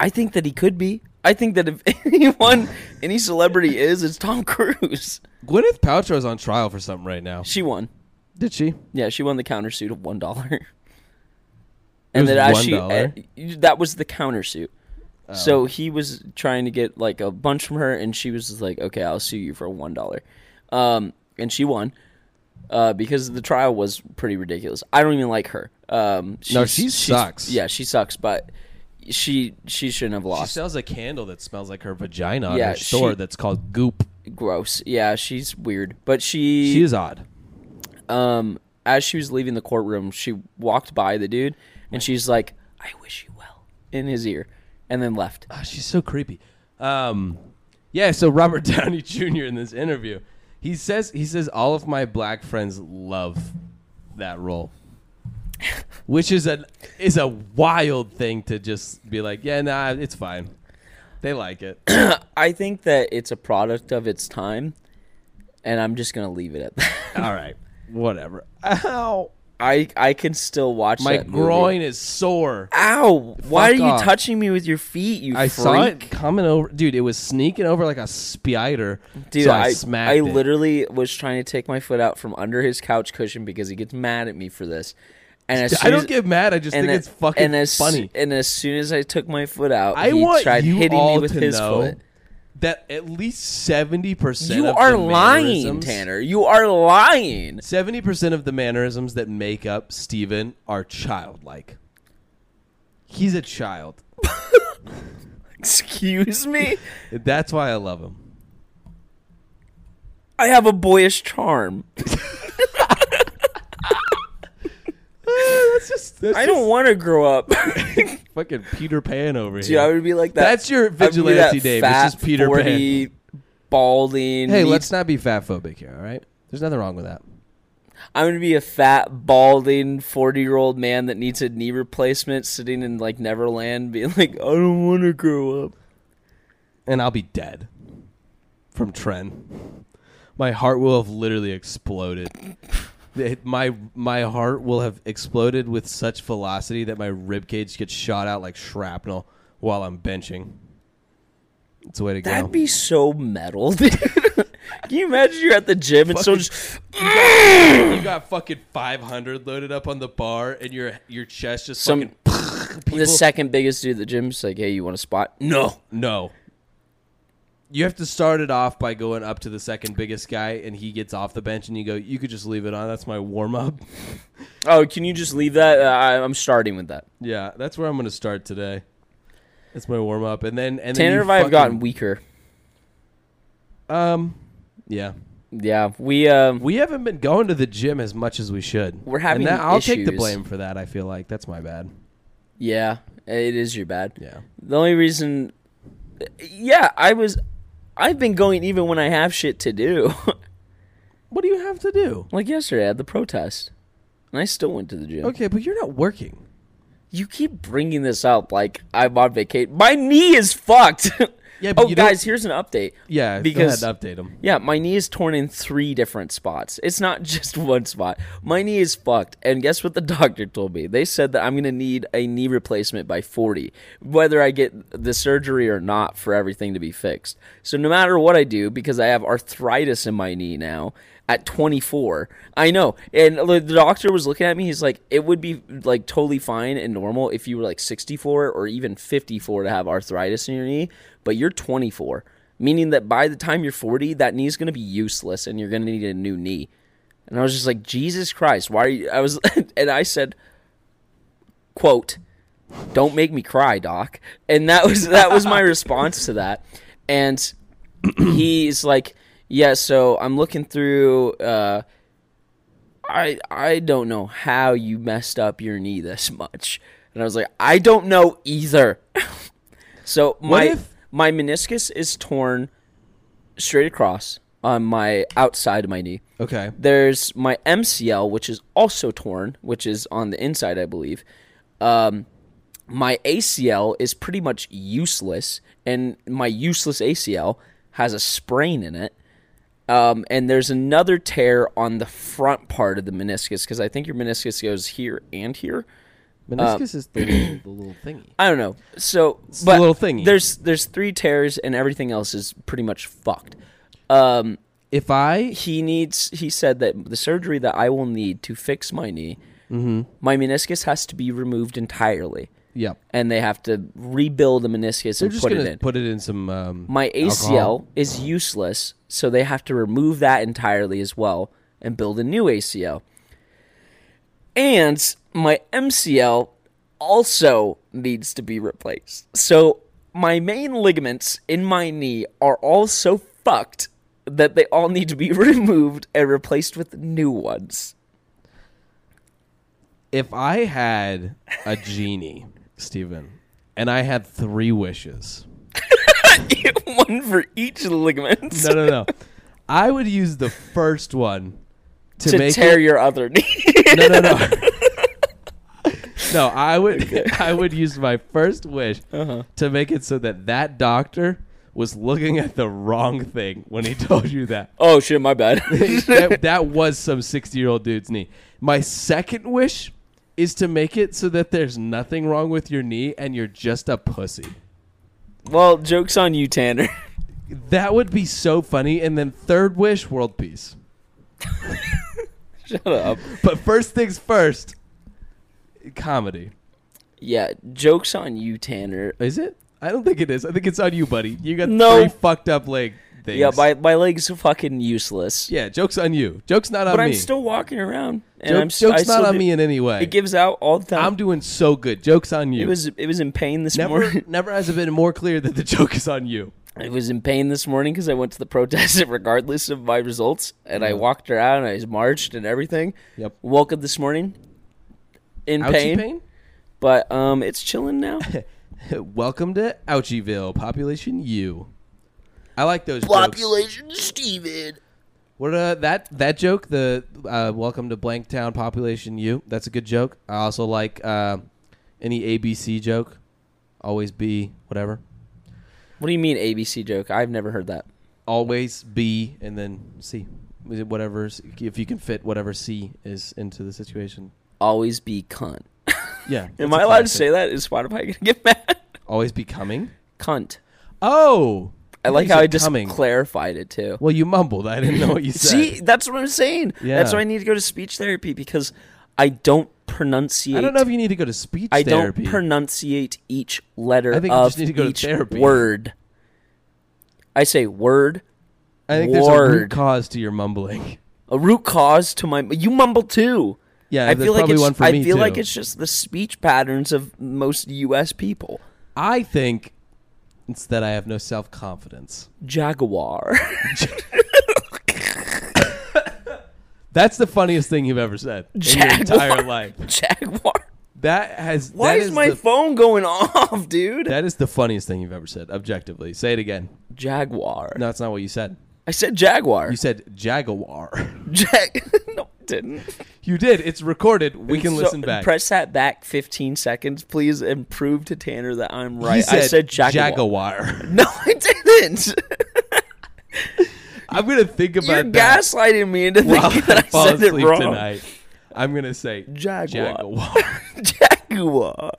A: I think that he could be. I think that if anyone, any celebrity is, it's Tom Cruise.
B: Gwyneth Paltrow's on trial for something right now.
A: She won.
B: Did she?
A: Yeah, she won the countersuit of one dollar.
B: was
A: And then actually,
B: $1?
A: uh, that was the countersuit.
B: Oh.
A: So he was trying to get like a bunch from her, and she was just like, "Okay, I'll sue you for one dollar," um, and she won uh, because the trial was pretty ridiculous. I don't even like her. Um,
B: No,
A: she's-
B: she
A: she's-
B: sucks.
A: Yeah, she sucks, but she she shouldn't have
B: She
A: lost.
B: sells a candle that smells like her vagina on
A: Yeah,
B: her store
A: she-
B: that's called Goop.
A: gross. Yeah, she's weird. But
B: She
A: she,
B: is odd.
A: um, as she was leaving the courtroom, she walked by the dude, and she's like, "I wish you well," in his ear, and then left.
B: Ah, she's so creepy. Um, yeah. So Robert Downey Jr. in this interview, he says he says all of my black friends love that role, which is an is a wild thing to just be like, yeah, nah, it's fine. They like it.
A: I think that it's a product of its time, and I'm just gonna leave it at that.
B: all right, whatever. Ow,
A: I I can still watch
B: my
A: that movie.
B: groin is sore.
A: Ow! Why are
B: Fuck
A: you
B: off.
A: touching me with your feet? You
B: I
A: freak.
B: saw it coming over, dude. It was sneaking over like a spider.
A: Dude,
B: so I,
A: I,
B: smacked
A: I
B: it.
A: literally was trying to take my foot out from under his couch cushion because he gets mad at me for this. And as soon
B: I don't
A: as-
B: get mad. I just think
A: then-
B: it's fucking
A: and as,
B: funny.
A: And as soon as I took my foot out,
B: I
A: he
B: want
A: tried
B: you
A: hitting
B: all
A: me with
B: to
A: his
B: know
A: foot.
B: that at least seventy percent.
A: You are lying, Tanner. You are lying.
B: Seventy percent of the mannerisms that make up Steven are childlike. He's a child.
A: Excuse me.
B: That's why I love him.
A: I have a boyish charm.
B: That's just that's
A: I don't want to grow up.
B: just fucking Peter Pan over
A: Dude,
B: here.
A: I would be like that.
B: That's your
A: I would be that
B: vigilante Dave. It's
A: fat,
B: just Peter
A: 40, Balding.
B: hey,
A: meets-
B: let's not be fat phobic here. All right, there's nothing wrong with that.
A: I'm gonna be a fat, balding, forty-year-old man that needs a knee replacement, sitting in like Neverland, being like, "I don't want to grow up."
B: And I'll be dead from Tren. My heart will have literally exploded. It- my my heart will have exploded with such velocity that my rib cage gets shot out like shrapnel while I'm benching. It's a way to
A: That'd
B: go.
A: be so metal, dude. Can you imagine you're at the gym and someone just
B: you got fucking 500 loaded up on the bar, and your your chest just
A: Some-
B: fucking.
A: the
B: people-
A: second biggest dude at the gym's like, hey, you want a spot?
B: No, no. You have to start it off by going up to the second biggest guy, and he gets off the bench, and you go, "You could just leave it on. That's my warm up."
A: Oh, can you just leave that? Uh, I, I'm starting with that.
B: Yeah, that's where I'm going to start today. That's my warm up, and then and
A: Tanner
B: then
A: and I have gotten
B: we-
A: weaker.
B: um, yeah,
A: Yeah, we um,
B: we haven't been going to the gym as much as we should.
A: We're having
B: And that, I'll take the
A: issues.
B: blame for that. I feel like that's my bad.
A: yeah, it is your bad.
B: Yeah,
A: The only reason, yeah, I was, I've been going even when I have shit to do.
B: what do you have to do?
A: like yesterday, I had the protest, and I still went to the gym.
B: Okay, but you're not working.
A: You keep bringing this up like I'm on vacation. My knee is fucked.
B: Yeah, but
A: oh,
B: you don't-
A: guys, here's an update.
B: Yeah,
A: Because-
B: go ahead and update them.
A: Yeah, my knee is torn in three different spots. It's not just one spot. My knee is fucked. And guess what the doctor told me? They said that I'm going to need a knee replacement by 40, whether I get the surgery or not for everything to be fixed. So no matter what I do, because I have arthritis in my knee now at 24, I know. And the the doctor was looking at me. He's like, it would be like totally fine and normal if you were like 64 or even 54 to have arthritis in your knee, but you're 24 meaning that by the time you're 40, that knee's going to be useless and you're going to need a new knee. And I was just like, Jesus Christ, why are you? I was, and I said, quote, don't make me cry, doc. And that was, that was my response to that. And he's like, yeah, so I'm looking through, uh, I I don't know how you messed up your knee this much. And I was like, I don't know either. so my
B: if-
A: my meniscus is torn straight across on my outside of my knee.
B: Okay,
A: There's my MCL, which is also torn, which is on the inside, I believe. Um, my ACL is pretty much useless, and my useless ACL has a sprain in it. Um, and there's another tear on the front part of the meniscus because I think your meniscus goes here and here.
B: meniscus is the little, the little thingy.
A: I don't know. So,
B: the
A: but
B: little thingy.
A: there's there's three tears, and everything else is pretty much fucked. Um,
B: If I
A: he needs he said that the surgery that I will need to fix my knee,
B: Mm-hmm.
A: my meniscus has to be removed entirely,
B: yeah,
A: and they have to rebuild the meniscus
B: they're
A: and
B: just
A: put it
B: gonna
A: in.
B: put it in some. Um,
A: my ACL
B: alcohol.
A: is useless, so they have to remove that entirely as well and build a new ACL. And my MCL also needs to be replaced. So my main ligaments in my knee are all so fucked that they all need to be removed and replaced with new ones.
B: If I had a genie, Steven, and I had three wishes.
A: One for each ligament
B: No, no, no. I would use the first one to,
A: to
B: make
A: tear your other knee.
B: it. No, no, no. no, I would. I would use my first wish
A: Uh-huh.
B: to make it so that that doctor was looking at the wrong thing when he told you that.
A: oh shit, my bad.
B: that, that was some 60 year old dude's knee. My second wish is to make it so that there's nothing wrong with your knee and you're just a pussy.
A: well, joke's on you, Tanner.
B: That would be so funny. And then third wish, world peace.
A: Shut up.
B: But first things first, comedy.
A: Yeah, jokes on you, Tanner.
B: Is it? I don't think it is. I think it's on you, buddy. You got
A: No.
B: three fucked up leg things.
A: Yeah, my my legs are fucking useless.
B: yeah. Joke's on you. Joke's not on
A: but
B: me.
A: I'm still walking around, and
B: Joke-
A: I'm s- I
B: joke's
A: still
B: not on
A: do-
B: me in any way.
A: It gives out all the time.
B: I'm doing so good. Joke's on you.
A: it was it was in pain this
B: never,
A: morning.
B: never has it been more clear that the joke is on you.
A: I was in pain this morning because I went to the protest, regardless of my results, and
B: Mm.
A: I walked around, and I marched and everything.
B: Yep.
A: Woke up this morning in
B: Ouchie
A: pain,
B: pain?
A: but um, it's chilling now.
B: Welcome to Ouchieville, population U. I like those jokes.
A: Population Steven.
B: What uh, that that joke? The uh, welcome to blank town, population U. That's a good joke. I also like uh, any ABC joke. Always be whatever.
A: What do you mean ABC joke? I've never heard that.
B: Always be and then C. Is it Whatever, if you can fit whatever C is into the situation.
A: Always be cunt.
B: Yeah.
A: Am
B: that's a
A: I allowed to
B: classic.
A: say that? Is Spotify gonna get mad?
B: Always be coming.
A: Cunt.
B: Oh,
A: I like
B: these
A: how
B: are
A: I just
B: coming.
A: clarified it too.
B: Well, you mumbled. I didn't know what you said.
A: See, that's what I'm saying. That's
B: Yeah.
A: why I need to go to speech therapy because I don't pronunciate.
B: I don't know if you need to go to speech
A: I don't
B: therapy.
A: pronunciate each letter
B: I think you
A: of
B: just need to go to
A: each
B: therapy.
A: word. I say word.
B: I think there's a root
A: Word.
B: cause to your mumbling.
A: A root cause to my you mumble too.
B: Yeah,
A: I
B: that's
A: feel like
B: probably
A: it's,
B: one for
A: I
B: me,
A: feel like
B: too.
A: it's just the speech patterns of most U.S. people.
B: I think it's that I have no self confidence.
A: Jaguar.
B: That's the funniest thing you've ever said in your
A: Jaguar.
B: entire life.
A: Jaguar.
B: That has.
A: Why
B: that
A: is my
B: the,
A: phone going off, dude?
B: that is the funniest thing you've ever said. Objectively, say it again.
A: Jaguar.
B: No, that's not what you said.
A: I said Jaguar.
B: You said jaguar.
A: Jag. no, it didn't.
B: You did. It's recorded. We can
A: So,
B: listen back.
A: Press that back 15 seconds, please, and prove to Tanner that I'm
B: You
A: right. I said Jaguar.
B: jaguar.
A: No, I didn't.
B: I'm gonna think about
A: You're
B: that
A: gaslighting me into thinking
B: while I
A: that I
B: fall
A: said it
B: asleep
A: wrong.
B: tonight. I'm gonna say
A: Jaguar.
B: jaguar.
A: Jaguar.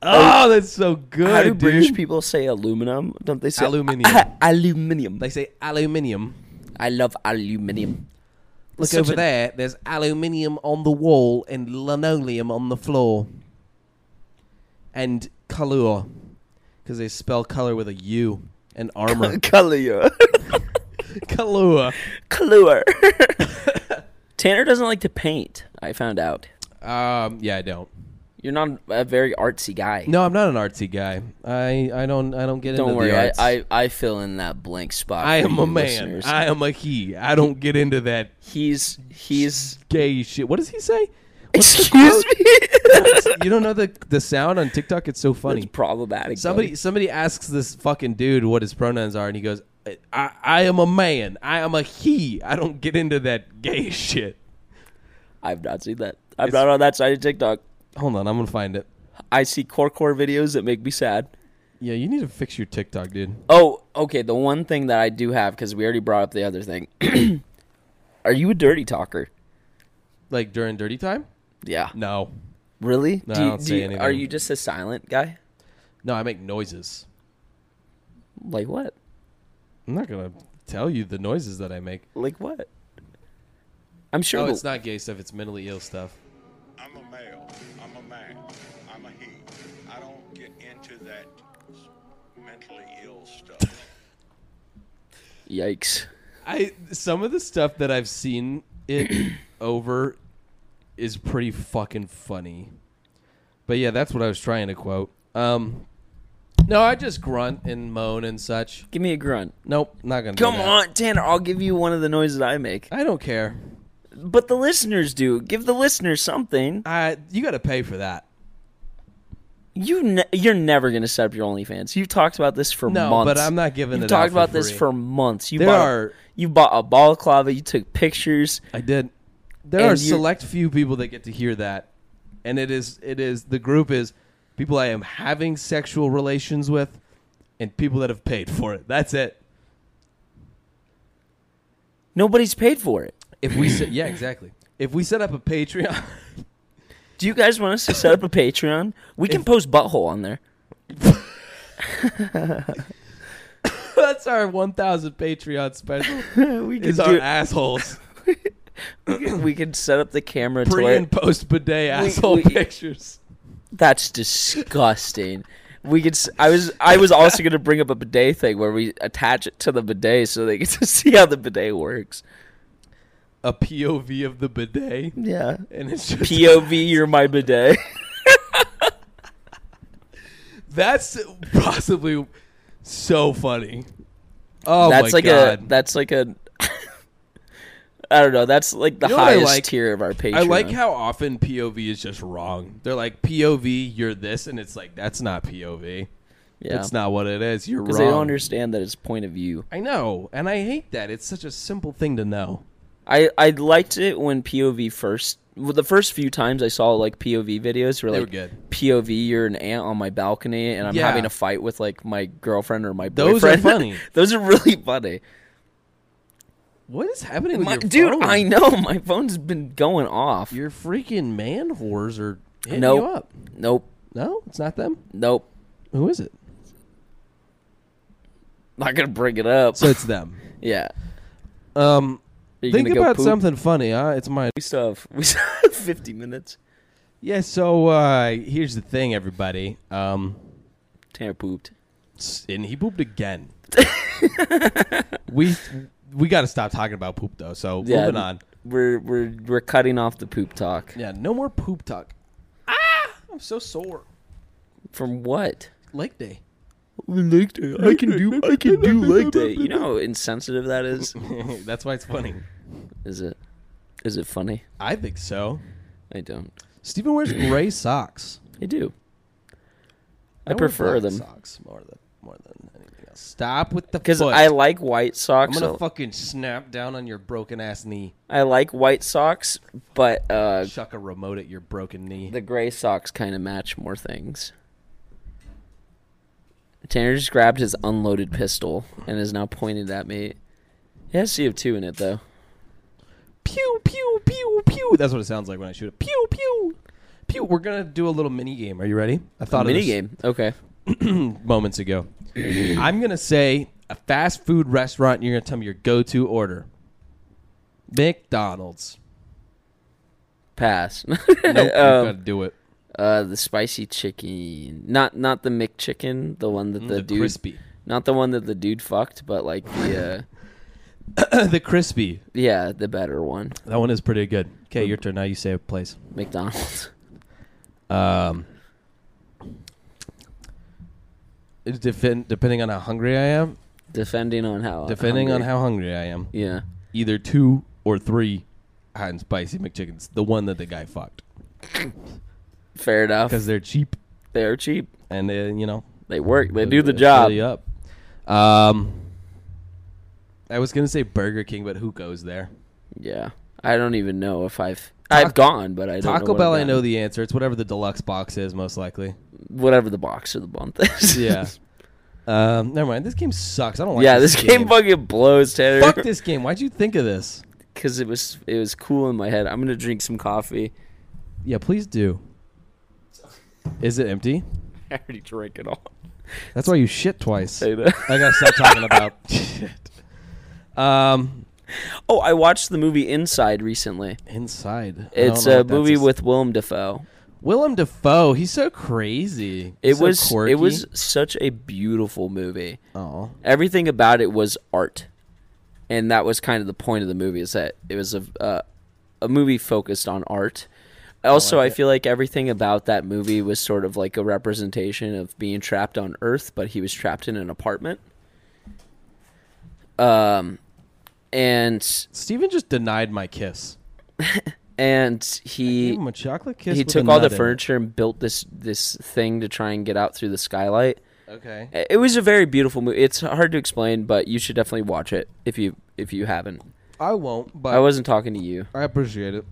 B: oh, that's so good,
A: How do
B: dude.
A: British people say aluminum? Don't they say
B: Aluminium.
A: aluminium?
B: they say aluminium.
A: I love aluminium.
B: Look
A: Such
B: over
A: a-
B: there. There's aluminium on the wall and linoleum on the floor. And color, because they spell color with a U. And armor.
A: Kalua.
B: Kalua.
A: Kalua. Tanner doesn't like to paint, I found out.
B: Um, yeah, I don't.
A: You're not a very artsy guy.
B: No, I'm not an artsy guy. I, I don't I don't get
A: Don't
B: into
A: worry,
B: the
A: I,
B: arts.
A: I, I fill in that blank spot.
B: I
A: for
B: am
A: you
B: a man.
A: listeners.
B: I am a he. I don't get into that
A: he's he's.
B: gay shit. What does he say? What's the
A: Excuse me.
B: quote? you don't know the the sound on TikTok? It's so
A: It's
B: funny.
A: problematic.
B: Somebody somebody asks this fucking dude what his pronouns are, and he goes, I, I, "I am a man. I am a he. I don't get into that gay shit."
A: buddy. I've not seen that. I'm not on that side of TikTok.
B: Hold on, I'm gonna find it.
A: I see core core videos that make me sad.
B: Yeah, you need to fix your TikTok, dude.
A: Oh, okay. The one thing that I do have because we already brought up the other thing. Are you a dirty talker?
B: Like during dirty time?
A: Yeah.
B: No,
A: Really?
B: No,
A: do
B: I
A: you,
B: don't
A: do
B: say
A: you-
B: anything.
A: Are you just a silent guy?
B: no, I make noises.
A: Like what?
B: I'm not gonna tell you the noises that I make.
A: Like what? I'm sure.
B: Oh,
A: the-
B: it's not gay stuff. It's mentally ill stuff.
C: I'm a male. I'm a man. I'm a he. I don't get into that mentally ill stuff.
A: Yikes.
B: I some of the stuff that I've seen it over is pretty fucking funny. But yeah, that's what I was trying to quote. Um No, I just grunt and moan and such.
A: Give me a grunt.
B: Nope, not gonna do
A: Come
B: that.
A: on, Tanner. I'll give you one of the noises I make.
B: I don't care.
A: But the listeners do. Give the listeners something.
B: I you gotta pay for that.
A: You ne- you're never gonna set up your OnlyFans. You've talked about this for
B: No,
A: months.
B: but I'm not giving
A: You've
B: it out
A: talked
B: for
A: about this
B: free.
A: for months. You
B: There
A: bought
B: are-
A: a, you bought a balaclava. You took pictures.
B: I did. There
A: And
B: are
A: you-
B: select few people that get to hear that. And it is it is the group is people I am having sexual relations with and people that have paid for it. That's it.
A: Nobody's paid for it.
B: If we set, yeah, exactly. If we set up a Patreon,
A: Do you guys want us to set up a Patreon? We can post butthole on there.
B: that's our 1,000 Patreon special.
A: We can
B: Is our
A: do.
B: assholes
A: we can set up the camera to
B: pre
A: where
B: and post bidet asshole
A: we-
B: pictures?
A: That's disgusting. We could. s- I was. I was also going to bring up a bidet thing where we attach it to the bidet so they get to see how the bidet works.
B: A POV of the bidet,
A: Yeah.
B: and it's just
A: POV, you're my bidet.
B: that's possibly so funny. Oh
A: that's
B: my
A: like
B: god,
A: a. That's like a. I don't know. That's like the
B: You know what I
A: highest
B: like?
A: tier of our Patreon.
B: I like how often POV is just wrong. They're like POV, you're this, and it's like that's not POV.
A: yeah.
B: It's not what it is. You're wrong.
A: because they don't understand that it's point of view.
B: I know, and I hate that. It's such a simple thing to know.
A: I I liked it when POV first. Well, the first few times I saw like POV videos were
B: They were
A: like
B: good.
A: POV. You're an ant on my balcony, and I'm
B: Yeah.
A: having a fight with like my girlfriend or my boyfriend.
B: Those are funny.
A: Those are really funny,
B: What is happening
A: My-
B: with your
A: dude.
B: phone?
A: I know my phone's been going off.
B: Your freaking man whores are hitting
A: Nope.
B: you up.
A: nope,
B: No, it's not them.
A: nope.
B: Who is it?
A: not gonna bring it up.
B: So it's them.
A: yeah.
B: Um,
A: Are you
B: think
A: gonna go
B: about
A: poop?
B: something funny. Huh? It's mine.
A: We still have we still have fifty minutes.
B: Yeah. So uh, here's the thing, everybody. Um,
A: Tanner pooped.
B: s- and he pooped again. we we got to stop talking about poop though. So
A: Yeah,
B: moving on.
A: We're we're we're cutting off the poop talk.
B: Yeah. No more poop talk. Ah, I'm so sore.
A: From what?
B: Leg day.
A: Leg day. I can do I can do leg day. You know how insensitive that is?
B: That's why it's funny.
A: Is it is it funny?
B: I think so.
A: I don't.
B: Steven wears gray socks.
A: I do. I,
B: wear
A: prefer
B: black
A: them.
B: Socks more than more than anything else. Stop with the
A: Because
B: foot.
A: I like white
B: I'm
A: socks.
B: gonna
A: a-
B: fucking snap down on your broken ass knee.
A: I like white socks, but uh,
B: Chuck a remote at your broken knee.
A: the gray socks kind of match more things. Tanner just grabbed his unloaded pistol and is now pointed at me. It has CO2 in it, though.
B: Pew pew pew pew. That's what it sounds like when I shoot it. Pew pew pew. We're gonna do a little mini game. Are you ready? I thought of
A: Mini
B: this
A: game. Okay.
B: moments ago. I'm gonna say a fast food restaurant. and You're gonna tell me your go-to order. McDonald's.
A: Pass.
B: Nope, you
A: Um,
B: gotta do it.
A: uh, the spicy chicken, not not the McChicken, the one that the,
B: Mm, the
A: dude,
B: crispy.
A: not the one that the dude fucked, but like the uh,
B: the crispy.
A: yeah, the better one,
B: That one is pretty good. Okay, your turn. Now you say a place.
A: McDonald's.
B: Um, it's defend, depending on how hungry I am,
A: Depending on how.
B: depending on
A: hungry-
B: how hungry I am,
A: Yeah.
B: either two or three hot and spicy McChickens. The one that the guy fucked
A: Fair enough.
B: because they're cheap
A: They're cheap.
B: and they, you know
A: They work. They do the
B: fill
A: job.
B: you up. Um, I was gonna say Burger King, but who goes there?
A: Yeah. I don't even know if I've I've gone, but I don't know
B: Taco
A: what
B: Bell.
A: I've
B: I know
A: gotten.
B: the answer. It's whatever the deluxe box is, most likely.
A: whatever the box or the month is.
B: Yeah. um, never mind. This game sucks. I don't like.
A: yeah, this game fucking blows, Tanner.
B: Fuck this game. Why'd you think of this?
A: Cuz it was it was cool in my head. I'm going to drink some coffee.
B: Yeah, please do. Is it empty?
A: I already drank it all.
B: That's why you shit twice.
A: Say
B: I
A: that.
B: gotta stop talking about shit. Um,
A: Oh, I watched the movie Inside recently.
B: inside. I don't
A: It's
B: know
A: a
B: what that's
A: movie
B: as-
A: with Willem Dafoe.
B: Willem Dafoe. He's so crazy.
A: It
B: So
A: was
B: quirky.
A: it was such a beautiful movie.
B: Oh,
A: everything about it was art, and that was kind of the point of the movie. Is that it was a uh, a movie focused on art. Also, I, feel like everything about that movie was sort of like a representation of being trapped on Earth, but he was trapped in an apartment. Um, and
B: Steven just denied my kiss.
A: and
B: He,
A: he
B: Give him a chocolate kiss.
A: he
B: with a
A: took all the
B: nut in it.
A: furniture and built this this thing to try and get out through the skylight.
B: Okay.
A: It was a very beautiful movie. It's hard to explain, but you should definitely watch it if you if you haven't.
B: I won't. But
A: I wasn't talking to you.
B: I appreciate it.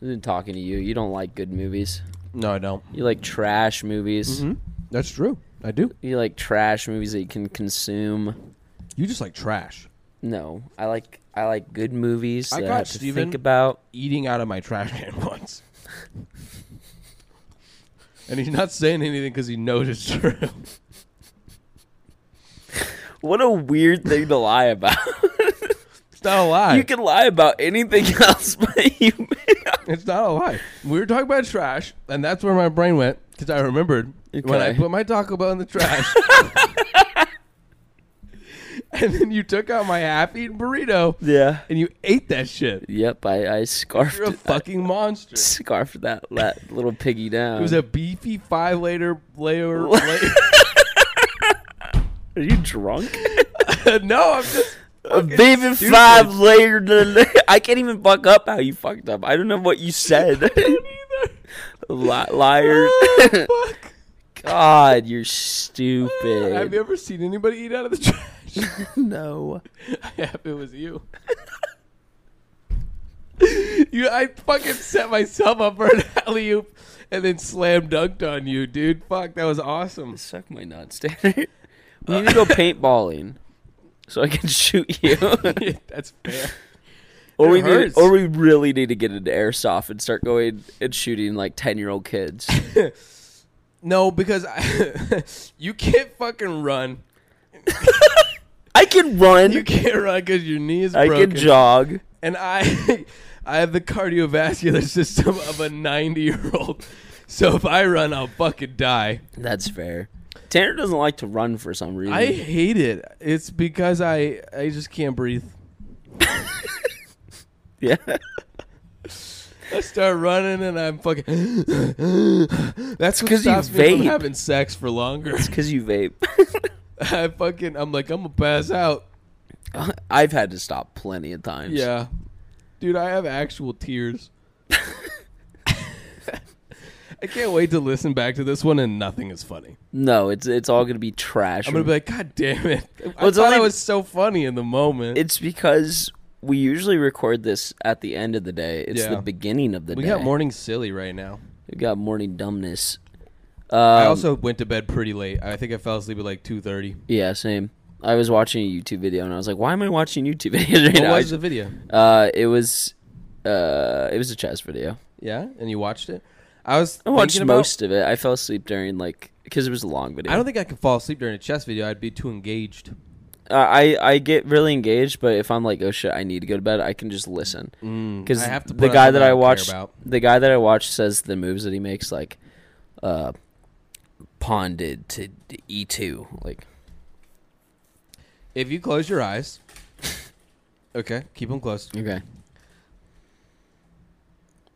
A: I wasn't talking to you. You don't like good movies.
B: No, I don't.
A: You like trash movies.
B: Mm-hmm. Hmm? That's true. I do.
A: You like trash movies that you can consume.
B: You just like trash.
A: No, I like I like good movies
B: I
A: that I
B: got
A: have to
B: Steven.
A: think about.
B: eating out of my trash can once. and he's not saying anything because he knows it's true.
A: What a weird thing to lie about.
B: it's not a lie.
A: you can lie about anything else, but you.
B: it's not a lie. We were talking about trash, and that's where my brain went because I remembered when I
A: Okay.
B: put my Taco Bell in the trash. and then you took out my half-eaten burrito
A: yeah.
B: and you ate that shit.
A: Yep. I I scarfed
B: You're a
A: it.
B: fucking monster.
A: scarfed that, that little piggy down.
B: It was a beefy five layer layer. layer.
A: Are you drunk?
B: no, I'm just.
A: A baby
B: stupid.
A: five layer. delay. I can't even fuck up how you fucked up. I don't know what you said. Li- liar.
B: Oh, fuck.
A: God, you're
B: Have
A: stupid.
B: you ever seen anybody eat out of the trash?
A: no.
B: I have. It was you. you, I fucking set myself up for an alley oop, and then slam dunked on you, dude. Fuck, that was awesome.
A: Suck my nuts, Tanner. We need to go paintballing. So I can shoot you,
B: Yeah, That's fair.
A: or
B: It
A: we need,
B: hurts.
A: or we really need to get into airsoft and start going and shooting like ten year old kids.
B: No, because I, you can't fucking run.
A: I can run.
B: You can't run because your knee is
A: I
B: broken.
A: can jog.
B: and I I have the cardiovascular system of a 90 year old. So if I run, I'll fucking die.
A: That's fair. Tanner doesn't like to run for some reason.
B: I hate it. It's because I I just can't breathe.
A: yeah.
B: I start running and I'm fucking. That's what
A: 'cause you
B: stops me
A: vape.
B: from having sex for longer.
A: Because you vape.
B: I fucking I'm like I'm gonna pass out.
A: I've had to stop plenty of times.
B: Yeah, dude, I have actual tears. I can't wait to listen back to this one and nothing is funny.
A: No, it's it's all gonna be trash.
B: I'm gonna be like, God damn it! I
A: Well, it's
B: thought I
A: only-
B: was so funny in the moment.
A: it's because we usually record this at the end of the day. It's
B: Yeah.
A: the beginning of the
B: we
A: day.
B: got morning silly right now.
A: We got morning dumbness. Um,
B: I also went to bed pretty late. I think I fell asleep at like two thirty.
A: Yeah, same. I was watching a YouTube video and I was like, "Why am I watching YouTube videos right
B: What
A: now?"
B: was the video?
A: Uh, it was, uh, it was a chess video.
B: Yeah, and you watched it. I was.
A: I watched
B: thinking about-
A: most of it. I fell asleep during like because it was a long video.
B: I don't think I could fall asleep during a chess video. I'd be too engaged.
A: Uh, I I get really engaged, but if I'm like, oh shit, I need to go to bed, I can just listen.
B: Mm.
A: Because
B: I have to
A: Mm. the
B: put on
A: guy
B: something
A: that
B: I
A: I
B: don't care
A: watched,
B: about.
A: the guy that I watched says the moves that he makes, like, uh, pawn did to e two, like
B: If you close your eyes, okay, keep them closed.
A: okay.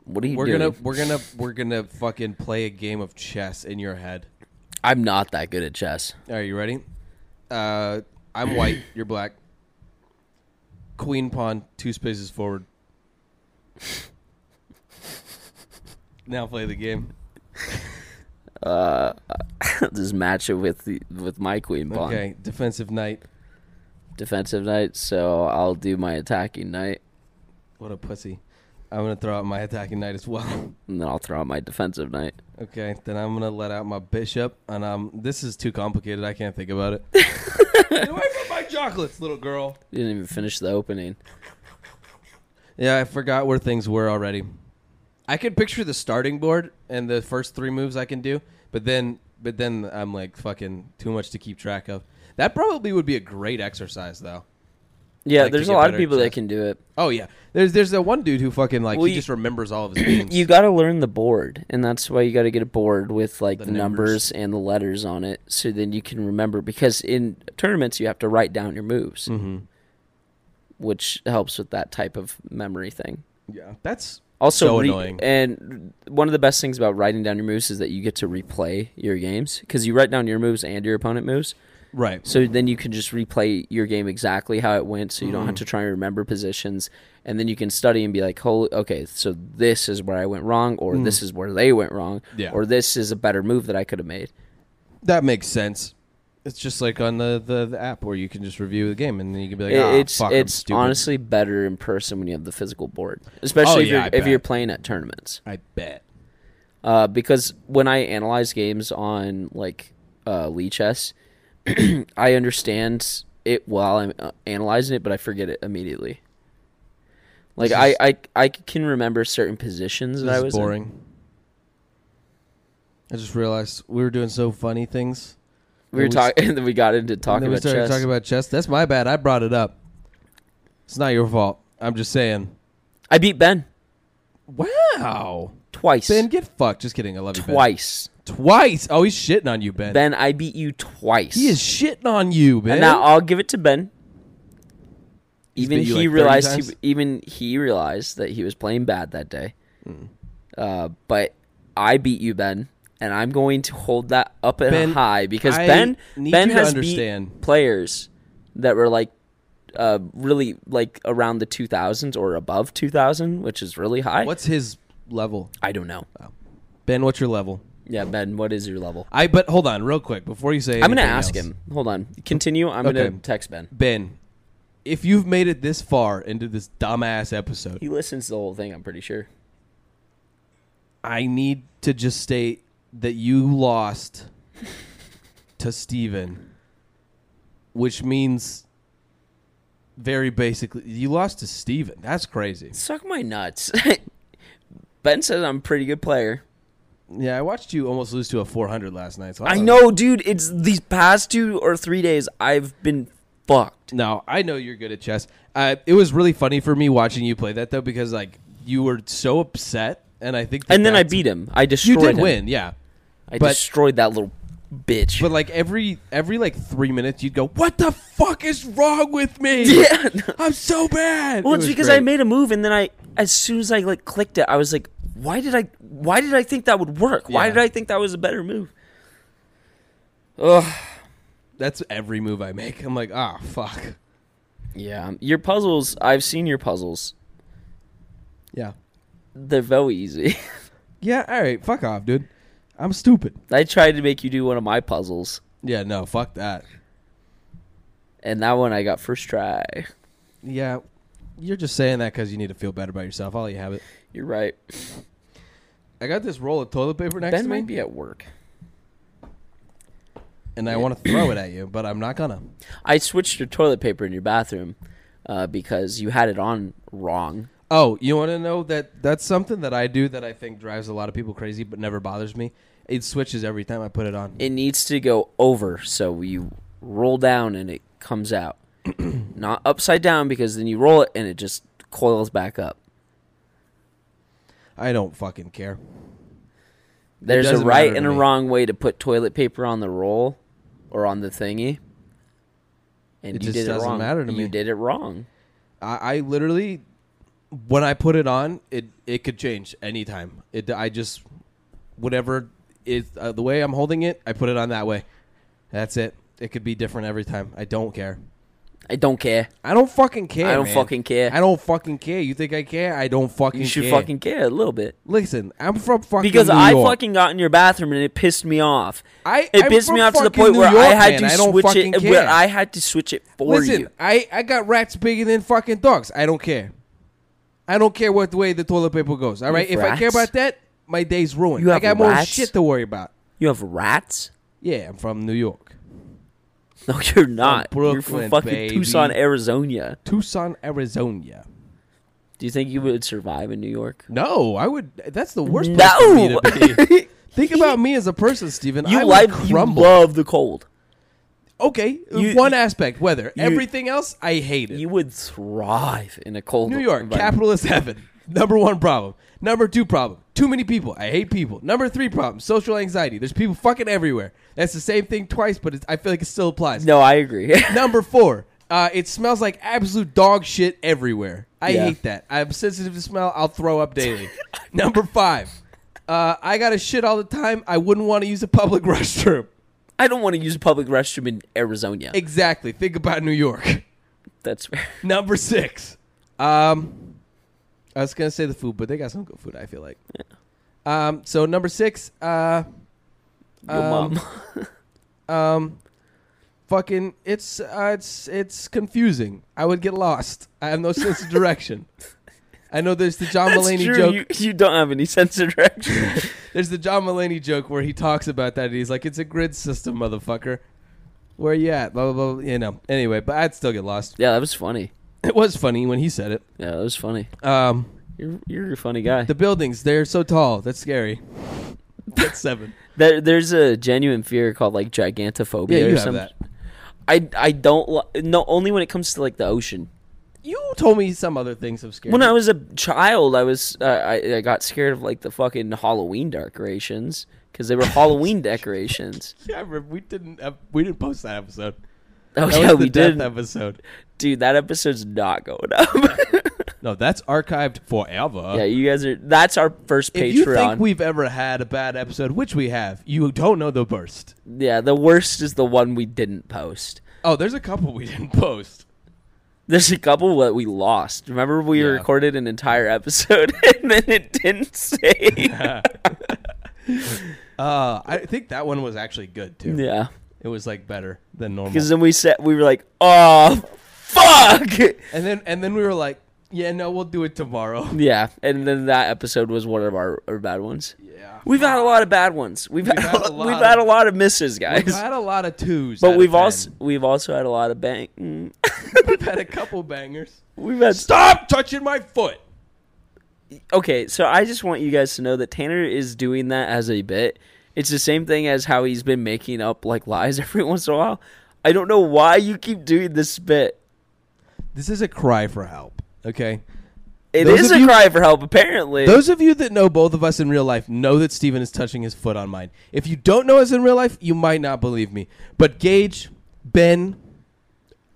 A: What are you
B: We're
A: doing?
B: gonna we're gonna we're gonna fucking play a game of chess in your head.
A: I'm not that good at chess.
B: Are you ready? Uh, I'm white. You're black. Queen pawn two spaces forward. now play the game.
A: just match it with the, with my queen pawn.
B: Okay, defensive knight.
A: Defensive knight, so I'll do my attacking knight,
B: What a pussy. I'm gonna throw out my attacking knight as well.
A: and then I'll throw out my defensive knight.
B: Okay, then I'm gonna let out my bishop, and um, this is too complicated. I can't think about it. Get away from my chocolates, little girl.
A: Didn't even finish the opening.
B: Yeah, I forgot where things were already. I can picture the starting board and the first three moves I can do, but then, but then I'm like fucking too much to keep track of. That probably would be a great exercise, though.
A: Yeah,
B: Like, to
A: there's a
B: get
A: lot
B: better
A: of
B: at
A: people that
B: chess.
A: can do it.
B: Oh yeah, there's there's that one dude who fucking like
A: Well,
B: he
A: you-
B: just remembers all of his games.
A: You got to learn the board, and that's why you got to get a board with like the,
B: numbers.
A: numbers. and the letters on it, so then you can remember. Because in tournaments, you have to write down your moves,
B: Mm-hmm.
A: which helps with that type of memory thing.
B: yeah, that's
A: Also,
B: so
A: re-
B: annoying.
A: and one of the best things about writing down your moves is that you get to replay your games because you write down your moves and your opponent moves.
B: right.
A: So then you can just replay your game exactly how it went, so you
B: Mm.
A: don't have to try and remember positions, and then you can study and be like, "Holy, okay, so this is where I went wrong, or this is where they went wrong,
B: Mm. Yeah.
A: or this is a better move that I could have made."
B: That makes sense. It's just like on the, the, the app where you can just review the game and then you can be like,
A: It-
B: ah,
A: it's
B: fuck, I'm
A: it's
B: stupid." Oh,
A: honestly better in person when you have the physical board, especially if
B: yeah, I
A: you're if
B: bet.
A: you're playing at tournaments.
B: I bet.
A: uh, because when I analyze games on like uh, Lee Chess, I understand it while I'm uh, analyzing it, but I forget it immediately. Like
B: This
A: I,
B: is-
A: I, I can remember certain positions that
B: This
A: I
B: is
A: was in.
B: boring. I just realized we were doing so funny things.
A: We were
B: And
A: talking, and then we got into
B: and
A: talking
B: then we
A: about
B: started
A: chess.
B: talking about chess. That's my bad. I brought it up. It's not your fault. I'm just saying.
A: I beat Ben
B: Wow.
A: twice.
B: Ben, get fucked. Just kidding. I love you, Ben.
A: twice.
B: Twice. Oh, he's shitting on you, Ben.
A: Ben, I beat you twice.
B: He is shitting on you, Ben.
A: And now I'll give it to Ben. Even
B: beat you, like, 30
A: he realized
B: times?
A: he, even he realized that he was playing bad that day.
B: Hmm.
A: Uh, but I beat you, Ben, and I'm going to hold that up at
B: Ben,
A: a high because
B: I
A: Ben
B: need
A: Ben
B: you to
A: has
B: understand.
A: beat players that were like uh, really like around the 2000s or above 2000, which is really high.
B: What's his level?
A: I don't know.
B: Ben, what's your level?
A: Yeah, Ben, what is your level?
B: I but hold on, real quick, before you say
A: I'm gonna
B: Oh. anything
A: ask
B: else.
A: him. Hold on, continue. I'm
B: Okay.
A: gonna text Ben.
B: Ben, if you've made it this far into this dumbass episode,
A: He listens to the whole thing. I'm pretty sure.
B: I need to just state that you lost to Steven, which means very basically you lost to Steven. That's crazy.
A: Suck my nuts. ben says I'm a pretty good player.
B: Yeah, I watched you almost lose to a 400 last night. So
A: I
B: don't-
A: know, dude. It's these past two or three days I've been fucked.
B: No, I know you're good at chess. Uh, it was really funny for me watching you play that though, because like you were so upset, and I think. That
A: And then I
B: that's-
A: beat him. I
B: You
A: destroyed
B: did
A: him.
B: win, yeah.
A: I
B: but-
A: destroyed that little bitch.
B: But like every every like three minutes, you'd go, "What the fuck is wrong with me?
A: Yeah.
B: I'm so bad."
A: well,
B: It
A: it's
B: was
A: because I
B: great.
A: made a move and then I as soon as I like clicked it, I was like, why did I why did I think that would work? Why
B: Yeah.
A: did I think that was a better move? Ugh.
B: That's every move I make. I'm like, ah, fuck.
A: Yeah. Your puzzles, I've seen your puzzles.
B: Yeah.
A: They're very easy.
B: Yeah. All right. Fuck off, dude. I'm stupid.
A: I tried to make you do one of my puzzles,
B: Yeah. No. Fuck that.
A: and that one I got first try.
B: Yeah. You're just saying that because you need to feel better about yourself. I'll let you have it.
A: You're right.
B: I got this roll of toilet paper next
A: ben
B: to me,
A: might be at work.
B: and I want to throw it at you, but I'm not gonna.
A: I switched your toilet paper in your bathroom uh, because you had it on wrong.
B: Oh, you want to know that that's something that I do that I think drives a lot of people crazy, but never bothers me. It switches every time I put it on.
A: It needs to go over, so you roll down and it comes out. Not upside down because then you roll it and it just coils back up.
B: I don't fucking care.
A: There's a
B: doesn't
A: right
B: matter
A: and
B: to
A: a
B: me.
A: wrong way to put toilet paper on the roll or on the thingy. And
B: It
A: you
B: just
A: did it
B: doesn't
A: wrong.
B: matter to
A: you
B: me.
A: did it wrong.
B: I, I literally, when I put it on, it it could change anytime. It I just whatever is uh, the way I'm holding it, I put it on that way. That's it. It could be different every time. I don't care.
A: I don't care.
B: I don't fucking care.
A: I don't
B: man.
A: fucking care.
B: I don't fucking care. You think I care? I don't fucking.
A: You should
B: care.
A: fucking care a little bit.
B: listen. I'm from fucking
A: Because
B: New
A: I
B: York.
A: fucking got in your bathroom and it pissed me off.
B: I-
A: it
B: I'm
A: pissed
B: from
A: me off to the
B: fucking
A: point
B: New
A: where I
B: York,
A: had
B: man.
A: to
B: I don't
A: switch
B: fucking
A: it. Where
B: care.
A: I had to switch it for
B: Listen,
A: you.
B: I, I got rats bigger than fucking dogs. I don't care. I don't care what way the toilet paper goes. All right,
A: have
B: if I care
A: rats?
B: about that, my day's ruined.
A: You
B: I
A: have
B: got more
A: rats?
B: shit to worry about.
A: You have rats?
B: Yeah, I'm from New York,
A: No, you're not. you're
B: Brooklyn,
A: from fucking
B: baby.
A: Tucson, Arizona.
B: Tucson, Arizona.
A: Do you think you would survive in New York?
B: No, I would. That's the worst place for me
A: No.
B: to be. Think about me as a person, Steven. I
A: you
B: would
A: like you
B: crumble.
A: love the cold.
B: okay,
A: You-
B: one aspect, weather.
A: you-
B: Everything else, I hate it.
A: You would thrive in a cold
B: New York,
A: environment.
B: capitalist heaven. Number one problem. Number two problem. Too many people. I hate people. Number three problem. Social anxiety. There's people fucking everywhere. That's the same thing twice, but it's, I feel like it still applies.
A: No, I agree.
B: Number four. Uh, it smells like absolute dog shit everywhere. I
A: Yeah.
B: hate that. I'm sensitive to smell. I'll throw up daily. Number five. Uh, I gotta shit all the time. I wouldn't want to use a public restroom.
A: I don't want to use a public restroom in Arizona.
B: Exactly. Think about New York.
A: That's fair.
B: Number six. Um, I was gonna say the food, but they got some good food. I feel like. Um. So number six. Uh.
A: Your
B: um,
A: mom.
B: Um. Fucking. It's. Uh, it's. It's confusing. I would get lost. I have no sense of direction. I know there's the John
A: That's
B: Mulaney
A: true.
B: joke.
A: You, you don't have any sense of direction.
B: There's the John Mulaney joke where he talks about that. And he's like, "It's a grid system, motherfucker. Where you at?" Blah blah blah. You know. Anyway, but I'd still get lost.
A: yeah, that was funny.
B: It was funny when he said it.
A: Yeah, that was funny.
B: Um.
A: You're you're a funny guy.
B: The buildings, they're so tall. That's scary. That's seven.
A: There, there's a genuine fear called like gigantophobia
B: Yeah,
A: or
B: you have
A: something.
B: that.
A: I I don't li- no only when it comes to like the ocean.
B: You told me some other things of scary.
A: When I was a child, I was uh, I I got scared of like the fucking Halloween decorations because they were Halloween decorations.
B: yeah, I remember we didn't uh, we didn't post that episode.
A: Oh
B: That
A: yeah,
B: was the
A: we
B: death
A: did.
B: episode.
A: Dude, that episode's not going up.
B: No, that's archived forever.
A: yeah, you guys are. That's our first
B: Oh. if you
A: Patreon.
B: think we've ever had a bad episode, which we have, you don't know the worst.
A: yeah, the worst is the one we didn't post.
B: Oh, there's a couple we didn't post.
A: There's a couple that we lost. Remember, we
B: Yeah.
A: recorded an entire episode and then it didn't save.
B: Uh, I think that one was actually good too.
A: yeah,
B: It was like better than normal.
A: because then we said we were like, "Oh, fuck."
B: And then and then we were like, yeah, no, we'll do it tomorrow.
A: Yeah, and then that episode was one of our, our bad ones.
B: Yeah.
A: We've had a lot of bad ones. We've, had, a lot we've
B: of-
A: had a lot of misses,
B: We've
A: guys.
B: had a lot of twos, out
A: But
B: of
A: we've
B: 10.
A: also we've also had a lot of bang. mm,
B: we've had a couple bangers.
A: We've had
B: Stop touching my foot.
A: okay. So I just want you guys to know that Tanner is doing that as a bit. It's the same thing as how he's been making up like lies every once in a while. I don't know why you keep doing this spit.
B: This is a cry for help. Okay.
A: It
B: Those
A: is
B: of
A: a
B: you-
A: cry for help, apparently.
B: Those of you that know both of us in real life know that Steven is touching his foot on mine. If you don't know us in real life, you might not believe me. But Gage, Ben,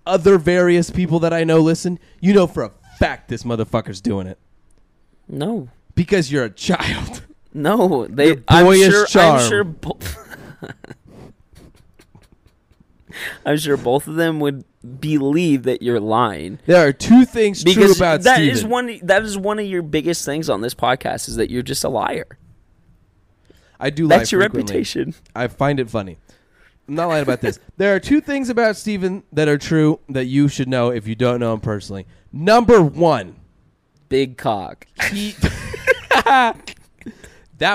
B: other various people that I know listen, you know for a fact this motherfucker's doing it.
A: no,
B: Because you're a child.
A: no, they.
B: Your
A: I'm
B: boyish
A: sure.
B: charm.
A: I'm sure. Bo- I'm sure both of them would believe that you're lying.
B: There are two things true
A: Because that
B: about
A: is
B: Steven.
A: one that is one of your biggest things on this podcast is that you're just a liar.
B: I do lie
A: That's your
B: frequently.
A: reputation.
B: I find it funny. I'm not lying about this. There are two things about Steven that are true that you should know if you don't know him personally. Number one,
A: Big cock.
B: he. that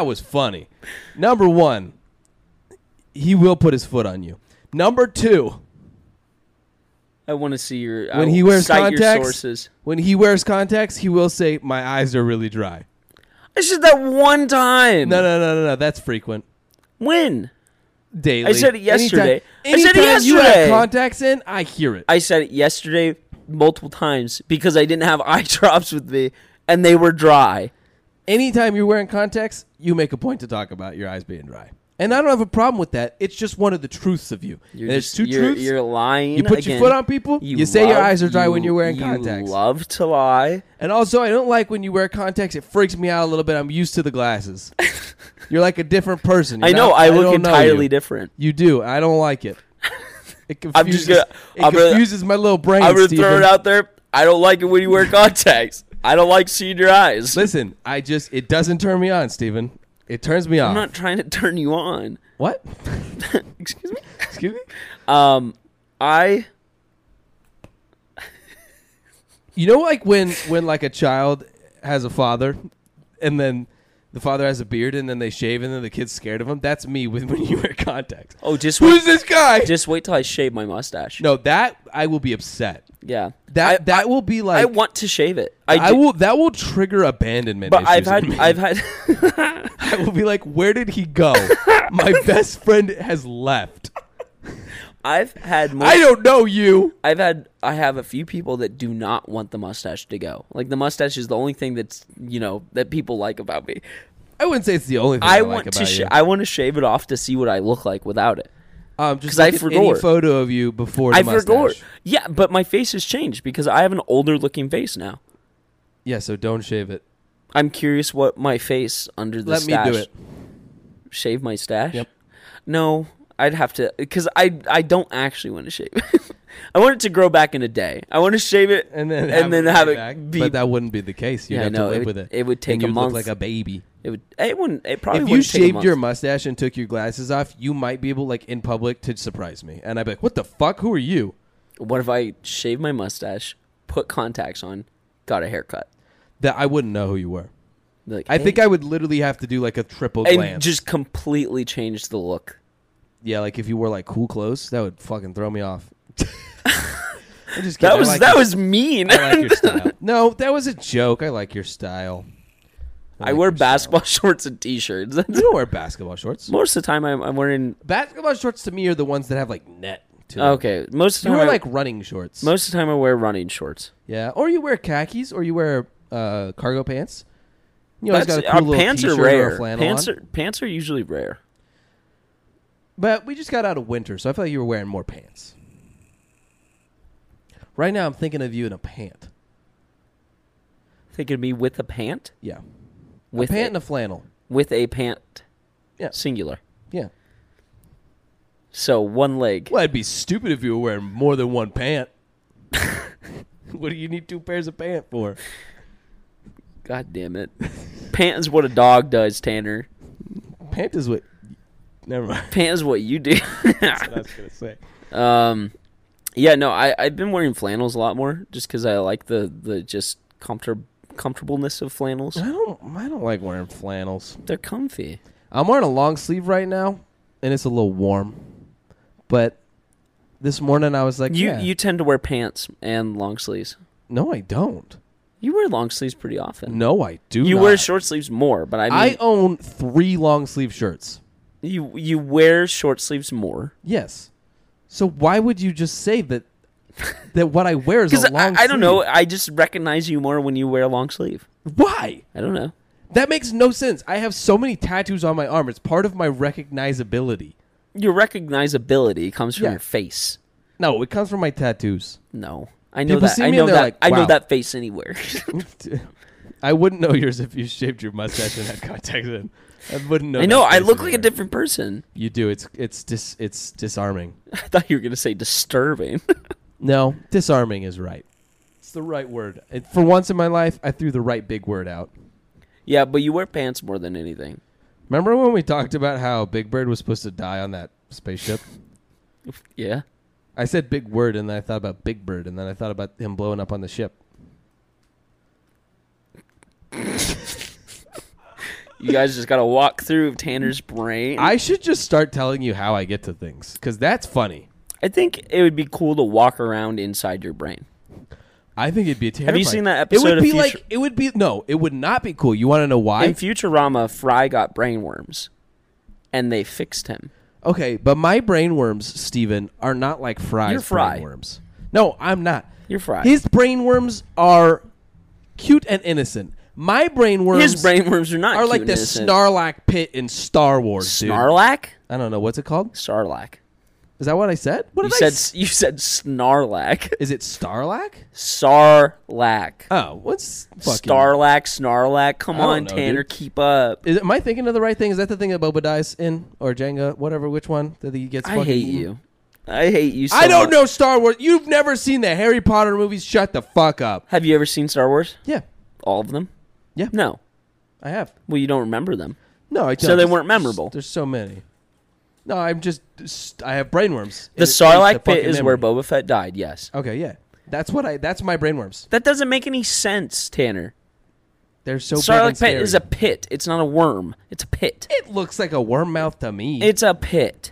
B: was funny. Number one, he will put his foot on you. Number two,
A: I want to see your I
B: when he
A: will
B: wears
A: cite your
B: contacts,
A: sources.
B: when he wears contacts, he will say, "My eyes are really dry."
A: It's just that one time.
B: No, no, no, no, no. That's frequent.
A: When
B: Daily.
A: I said it yesterday.
B: Anytime,
A: I said it
B: anytime you have
A: yesterday.
B: contacts in, I hear it.
A: I said it yesterday multiple times because I didn't have eye drops with me and they were dry.
B: anytime you're wearing contacts, you make a point to talk about your eyes being dry. And I don't have a problem with that. It's just one of the truths of you.
A: You're
B: There's
A: just-
B: two
A: you're,
B: truths.
A: You're lying.
B: You put your
A: again.
B: foot on people, you say your eyes are dry when you're wearing
A: you
B: contacts.
A: love to lie.
B: and also, I don't like when you wear contacts. It freaks me out a little bit. I'm used to the glasses. you're like a different person. You're
A: I know.
B: not-
A: I look
B: don't know
A: entirely
B: you.
A: different.
B: You do. I don't like it. It
A: I'm
B: confuses,
A: just gonna-
B: it
A: I'm gonna-
B: confuses my little brain.
A: I'm gonna throw
B: Steven.
A: it out there. I don't like it when you wear contacts. I don't like seeing your eyes.
B: Listen, I just it doesn't turn me on, Steven. It turns me
A: I'm
B: off.
A: not trying to turn you on.
B: what?
A: Excuse me.
B: Excuse me.
A: Um, I
B: You know, like when when like a child has a father, and then the father has a beard, and then they shave, and then the kid's scared of him. That's me with when you wear contacts.
A: oh just wait,
B: Who's this guy?
A: just wait till I shave my mustache.
B: no, that I will be upset.
A: Yeah.
B: That
A: I,
B: that will be like
A: I want to shave it. I,
B: I
A: do-
B: will that will trigger abandonment.
A: But I've
B: issues in
A: had
B: me.
A: I've had
B: I will be like, where did he go? My best friend has left.
A: I've had more
B: I don't know you.
A: I've had I have a few people that do not want the mustache to go. Like the mustache is the only thing that's you know that people like about me.
B: I wouldn't say it's the only thing I,
A: I
B: like
A: want
B: about
A: to sh-
B: you.
A: I want to shave it off to see what I look like without it.
B: um, just
A: 'cause I
B: look at any
A: forgot.
B: photo of you before the
A: I
B: mustache.
A: forgot. Yeah, but my face has changed because I have an older looking face now.
B: Yeah, so don't shave it.
A: I'm curious what my face under the
B: Let
A: stash.
B: me do it.
A: Shave my stash.
B: Yep.
A: No, I'd have to because I I don't actually want to shave. it. I want it to grow back in a day. I want to shave it
B: and then
A: and then have
B: grow
A: it
B: back.
A: be-
B: But that wouldn't be the case. You'd
A: Yeah, I
B: have
A: know.
B: to
A: It
B: live
A: would-
B: with it.
A: it would take
B: and
A: a
B: you'd
A: month.
B: Look like a baby.
A: It would. It wouldn't. It probably.
B: If you
A: wouldn't take a
B: shaved
A: month.
B: your mustache and took your glasses off, you might be able, like in public, to surprise me, and I'd be like, "What the fuck? Who are you?"
A: What if I shave my mustache, put contacts on, got a haircut?
B: That I wouldn't know who you were.
A: Like,
B: I
A: hey.
B: think I would literally have to do like a triple
A: and
B: glance.
A: just completely changed the look.
B: yeah, like if you wore like cool clothes, that would fucking throw me off. I'm just kidding.
A: That
B: I
A: was
B: like
A: that
B: your-
A: was mean.
B: I like your style. No, that was a joke. I like your style.
A: I
B: like
A: wear
B: your style.
A: basketball shorts and t-shirts.
B: You don't wear basketball shorts.
A: most of the time, I'm, I'm wearing.
B: Basketball shorts to me are the ones that have like net. To them.
A: Okay, most of the
B: You
A: time,
B: wear
A: I-
B: like running shorts.
A: most of the time I wear running shorts.
B: Yeah, or you wear khakis, or you wear uh, cargo pants. You always
A: That's-
B: got a cool
A: our
B: little
A: pants
B: t-shirt
A: are
B: or a
A: rare.
B: flannel
A: Pants
B: on.
A: are, pants are usually rare.
B: But we just got out of winter, so I feel like you were wearing more pants. Right now, I'm thinking of you in a pant.
A: They could be with a pant,
B: Yeah,
A: with
B: a pant and
A: a,
B: a flannel.
A: with a pant,
B: Yeah.
A: singular.
B: Yeah.
A: So one leg.
B: Well, I'd be stupid if you were wearing more than one pant. what do you need two pairs of pants for?
A: God damn it. Pant is what a dog does, Tanner.
B: Pant is what. Never mind.
A: Pant is what you do.
B: That's what I was gonna say.
A: um, yeah, no, I I've been wearing flannels a lot more just because I like the the just comfort comfortableness of flannels.
B: I don't. I don't like wearing flannels.
A: They're comfy.
B: I'm wearing a long sleeve right now, and it's a little warm. But this morning I was like,
A: You
B: yeah.
A: you tend to wear pants and long sleeves.
B: no, I don't.
A: You wear long sleeves pretty often.
B: No, I do.
A: you
B: not.
A: wear short sleeves more, but I
B: I
A: mean
B: own three long sleeve shirts.
A: you you wear short sleeves more.
B: Yes. So why would you just say that that what I wear is
A: Because
B: a
A: I,
B: long
A: I don't know.
B: sleeve?
A: I just recognize you more when you wear a long sleeve.
B: Why?
A: I don't know.
B: That makes no sense. I have so many tattoos on my arm. It's part of my recognizability.
A: Your recognizability comes from
B: Yeah.
A: your face.
B: No, it comes from my tattoos.
A: No, I know
B: People
A: that.
B: see
A: I
B: me
A: know
B: and they're
A: that.
B: like,
A: I know
B: "Wow."
A: that face anywhere.
B: I wouldn't know yours if you shaved your mustache and had contacts in. I wouldn't know.
A: I know.
B: that
A: I
B: face
A: look like a
B: anywhere.
A: different person.
B: You do. It's it's dis it's disarming.
A: I thought you were gonna say disturbing.
B: No, disarming is right. It's the right word. And for once in my life, I threw the right big word out.
A: yeah, but you wear pants more than anything.
B: Remember when we talked about how Big Bird was supposed to die on that spaceship?
A: Yeah.
B: I said big word, and then I thought about Big Bird, and then I thought about him blowing up on the ship.
A: You guys just gotta walk through Tanner's brain. I,
B: I should just start telling you how I get to things, because that's funny.
A: think it would be cool to walk around inside your brain.
B: I think it'd be terrifying.
A: you seen that
B: It
A: episode
B: would
A: of
B: be
A: Future-
B: like it would be no, it would not be cool. You want to know why?
A: In Futurama, Fry got brain worms, and they fixed him.
B: okay, but my brain worms, Steven, are not like fries.
A: You're Fry.
B: brain worms. No, I'm not.
A: You're Fry.
B: His brain worms are cute and innocent. My brain worms
A: His brain worms are not
B: are
A: cute
B: like
A: and
B: the
A: innocent.
B: Snarlack pit in Star Wars. dude.
A: Snarlack.
B: I don't know what's it called.
A: Sarlacc.
B: Is that what I said? What
A: You
B: did I
A: said
B: s-
A: you said Snarlack.
B: Is it Starlack?
A: Sarlacc.
B: Oh, what's fucking
A: Starlack, Snarlack. Come
B: I don't
A: on,
B: know,
A: Tanner,
B: dude.
A: keep up.
B: Is it, am I thinking of the right thing? Is that the thing that Boba dies in or Jenga, whatever? Which one that he gets?
A: I
B: fucking
A: hate
B: eaten?
A: you. I hate you. So
B: I don't
A: much.
B: know Star Wars. You've never seen the Harry Potter movies. Shut the fuck up.
A: Have you ever seen Star Wars?
B: Yeah,
A: All of them?
B: Yeah.
A: No.
B: I have.
A: Well, you don't remember them.
B: No, I
A: So
B: don't.
A: they weren't memorable.
B: There's so many. No, I'm just. I have brainworms. It-
A: The
B: it's the
A: Sarlacc pit
B: fucking
A: is where
B: memory.
A: Boba Fett died. Yes.
B: Okay, yeah. That's what I. That's my brainworms.
A: That doesn't make any sense, Tanner.
B: They're so. big and
A: Sarlacc pit
B: scary.
A: is a pit. It's not a worm. It's a pit.
B: It looks like a worm mouth to me.
A: It's a pit.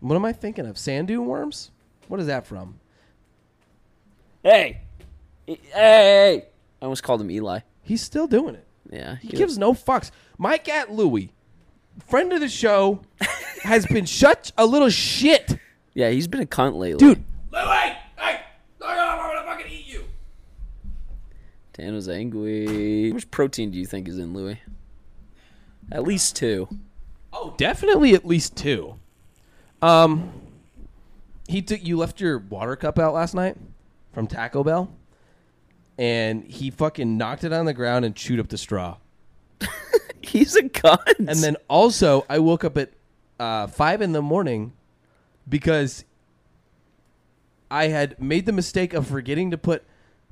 B: what am I thinking of? Sand dune worms? What is that from?
A: Hey.
B: E,
A: Hey, Hey. hey. I almost called him Eli.
B: He's still doing it.
A: Yeah.
B: He gives no fucks. My cat Louie, friend of the show, has been such a little shit,
A: Yeah, he's been a cunt lately.
B: dude.
A: Tanner's angry. How much protein do you think is in Louis? At least two.
B: Oh, definitely at least two. Um, he took you left your water cup out last night from Taco Bell, and he fucking knocked it on the ground and chewed up the straw.
A: He's a cunt.
B: And then also, I woke up at uh, five in the morning because I had made the mistake of forgetting to put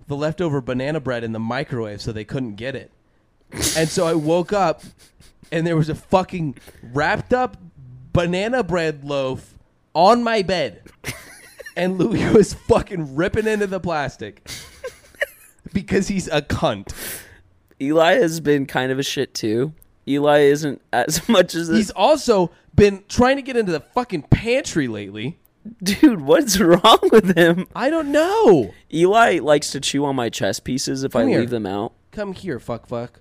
B: the leftover banana bread in the microwave, so they couldn't get it. and so I woke up, and there was a fucking wrapped up banana bread loaf on my bed, and Louis was fucking ripping into the plastic because he's a cunt.
A: Eli has been kind of a shit too. Eli isn't as much as
B: He's
A: this.
B: also been trying to get into the fucking pantry lately.
A: Dude, what's wrong with him?
B: I don't know.
A: Eli likes to chew on my chess pieces if I
B: Come here.
A: leave them out.
B: Come here, fuck fuck.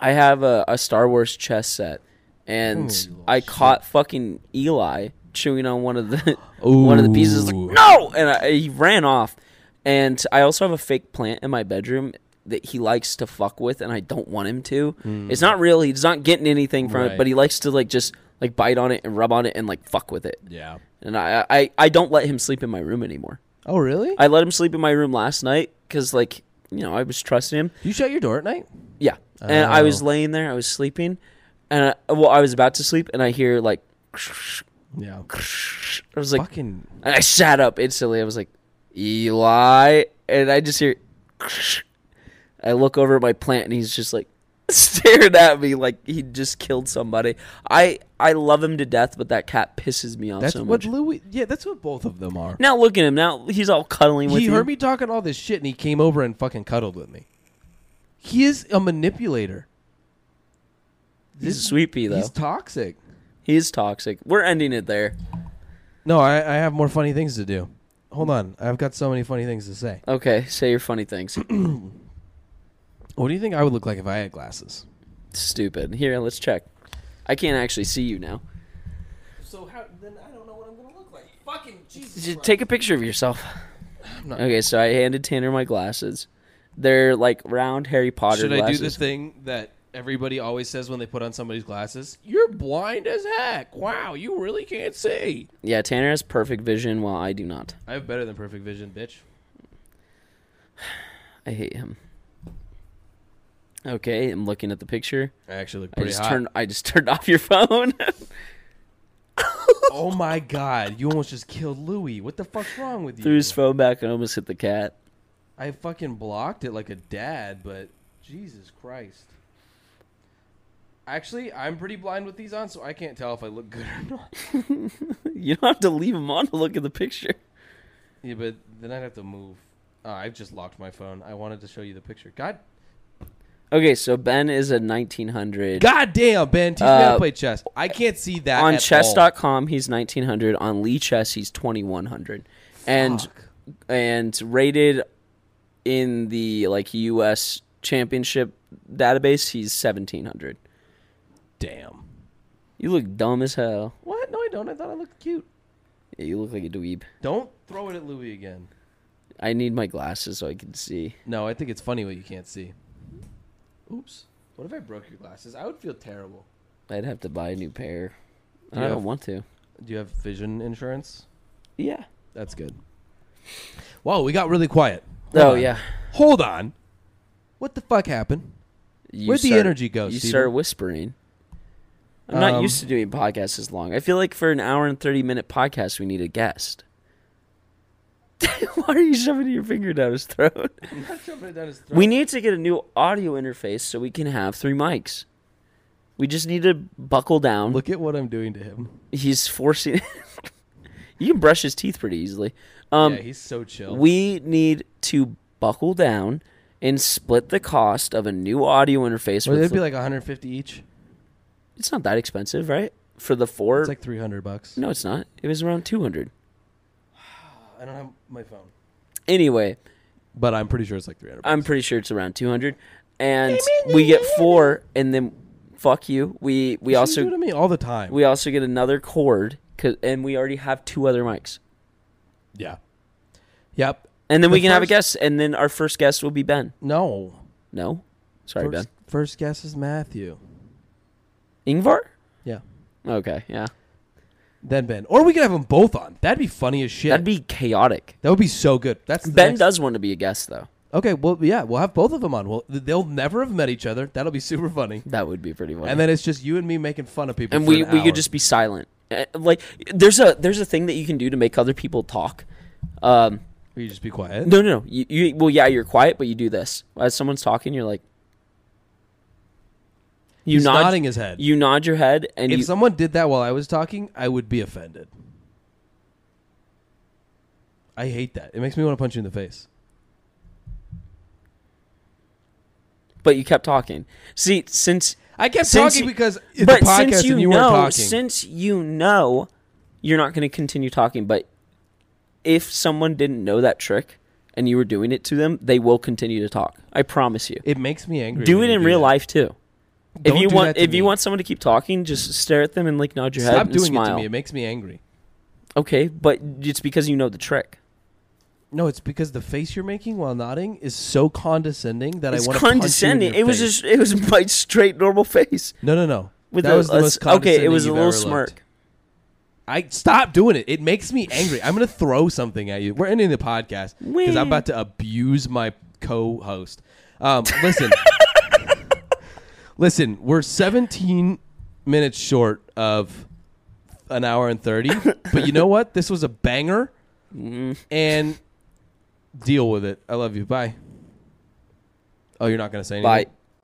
A: I have a, a Star Wars chess set, and I caught fucking Eli chewing on one of the one of the pieces. Like,
B: Ooh.
A: no, and I, he ran off. And I also have a fake plant in my bedroom that he likes to fuck with, and I don't want him to. It's not real; he's not getting anything from
B: Hmm. Right.
A: it, but he likes to like just like bite on it and rub on it and like fuck with it.
B: Yeah.
A: And I I, I don't let him sleep in my room anymore.
B: Oh really?
A: I let him sleep in my room last night because like you know I was trusting him.
B: you shut your door at night?
A: Yeah. And I was
B: Oh.
A: laying there, I was sleeping, and I, well, I was about to sleep, and I hear like,
B: Yeah.
A: I was like,
B: Fucking
A: and I sat up instantly. I was like, Eli, and I just hear, I look over at my plant, and he's just like staring at me like he just killed somebody. I I love him to death, but that cat pisses me off
B: That's
A: so
B: what
A: much.
B: Louis Yeah, that's what both of them are.
A: now look at him. Now he's all cuddling with
B: he
A: you.
B: heard me talking all this shit and he came over and fucking cuddled with me. He is a manipulator.
A: He's a sweet pea, though.
B: He's toxic.
A: he's toxic. We're ending it there.
B: No, I, I have more funny things to do. Hold on. I've got so many funny things to say.
A: Okay, say your funny things.
B: What do you think I would look like if I had glasses?
A: Stupid. Here, let's check. I can't actually see you now.
B: So how then I don't know what I'm gonna look like. Fuck
D: fucking Jesus.
A: Just take a picture of yourself.
B: not-
A: Okay, so I handed Tanner my glasses. They're like round Harry Potter
B: Should I
A: glasses.
B: do the thing that everybody always says when they put on somebody's glasses? You're blind as heck. Wow, you really can't see.
A: Yeah, Tanner has perfect vision while I do not.
B: I have better than perfect vision, bitch.
A: I hate him. Okay, I'm looking at the picture.
B: I actually look
A: I
B: pretty
A: just
B: hot.
A: turned I just turned off your phone.
B: oh my god, you almost just killed Louis. What the fuck's wrong with you?
A: Threw his phone back and almost hit the cat.
B: I fucking blocked it like a dad, but Jesus Christ. Actually, I'm pretty blind with these on, so I can't tell if I look good or not.
A: You don't have to leave him on to look at the picture.
B: Yeah, but then I'd have to move. Oh, I've just locked my phone. I wanted to show you the picture. God,
A: Okay, so Ben is a 1900.
B: God damn, Ben, teach me how to
A: Uh,
B: play chess. I can't see that
A: on
B: at all.
A: chess.com he's 1900, on Lee Chess he's 2100. And
B: Fuck.
A: and rated in the like US championship database he's 1700.
B: Damn.
A: You look dumb as hell.
B: What? No, I don't. I thought I looked cute.
A: Yeah, you look like a dweeb.
B: Don't throw it at Louis again.
A: I need my glasses so I can see.
B: No, I think it's funny what you can't see. Oops. What if I broke your glasses? I would feel terrible.
A: I'd have to buy a new pair.
B: Do you
A: I don't
B: have-
A: want to.
B: Do you have vision insurance?
A: Yeah.
B: That's good. Whoa, we got really quiet. Hold
A: Oh
B: on.
A: yeah.
B: Hold on. What the fuck happened?
A: You
B: Where'd the
A: start-
B: energy go,
A: You
B: Steven?
A: start whispering. I'm not
B: Um,
A: used to doing podcasts as long. I feel like for an hour and thirty minute podcast, we need a guest. Why are you shoving your finger down his throat?
B: I'm not shoving it down his throat.
A: We need to get a new audio interface so we can have three mics. We just need to buckle down.
B: Look at what I'm doing to him.
A: He's forcing. you can brush his teeth pretty easily. Um,
B: yeah, he's so chill.
A: we need to buckle down and split the cost of a new audio interface.
B: Well,
A: with
B: it'd be
A: the-
B: like 150 each.
A: it's not that expensive, right? For the four,
B: It's like 300 bucks.
A: no, it's not. It was around two hundred.
B: I don't have my phone.
A: Anyway,
B: But I'm pretty sure it's like 300 bucks.
A: I'm pretty sure it's around two hundred, and we get four, and then fuck you. We
B: You do it
A: we also
B: to me all the time.
A: we also get another cord, 'cause- and we already have two other mics,
B: yeah. Yep.
A: and then
B: The
A: we can have a
B: first-
A: guest, and then our first guest will be Ben.
B: No.
A: No, sorry,
B: first, first guess is Matthew.
A: Ben. Ingvar.
B: Yeah.
A: Okay, yeah,
B: Then Ben. Or we could have them both on. That'd be funny as shit.
A: that'd be chaotic.
B: that would be so good. That's the
A: Ben
B: next-
A: does want to be a guest though.
B: Okay, well, yeah, we'll have both of them on. Well, th- they'll never have met each other. That'll be super funny.
A: That would be pretty funny.
B: And then it's just you and me making fun of people.
A: and
B: for
A: we,
B: an
A: we
B: hour.
A: could just be silent. Eh, Like there's a there's a thing that you can do to make other people talk. Um,
B: we could just be quiet.
A: no, no, no. You, you well, yeah, you're quiet, but you do this as someone's talking. You're like, you
B: He's
A: nod,
B: nodding his head.
A: you nod your head, and
B: if
A: you,
B: someone did that while I was talking, I would be offended. I hate that. It makes me want to punch you in the face.
A: but you kept talking. See, since
B: I kept
A: Since
B: talking
A: you-
B: because it's
A: but
B: a podcast
A: since you,
B: and you
A: know,
B: weren't talking.
A: since you know, you're not going to continue talking. But if someone didn't know that trick and you were doing it to them, they will continue to talk. I promise you.
B: it makes me angry.
A: do
B: when
A: it
B: you
A: in real
B: that.
A: life too.
B: Don't
A: if you
B: do
A: want,
B: that to
A: if you
B: me.
A: want someone to keep talking, just stare at them and like nod your head
B: stop
A: and
B: doing it to
A: smile.
B: me. It makes me angry.
A: Okay, but it's because you know the trick.
B: No, it's because the face you're making while nodding is so condescending that
A: it's
B: I want to punch you in
A: condescending.
B: your
A: It was
B: face.
A: just, it was my straight normal face.
B: no, no, no.
A: With
B: that
A: a-
B: was the
A: a
B: most
A: s- okay, it
B: condescending
A: was a
B: you've
A: little
B: ever
A: smirk.
B: looked. I stop doing it. It makes me angry. I'm gonna throw something at you. We're ending the podcast because I'm about to abuse my co-host. Um, listen, listen. We're 17 minutes short of an hour and 30, but you know what? This was a banger, and deal with it. I love you. Bye. Oh, you're not gonna say anything.
A: Bye.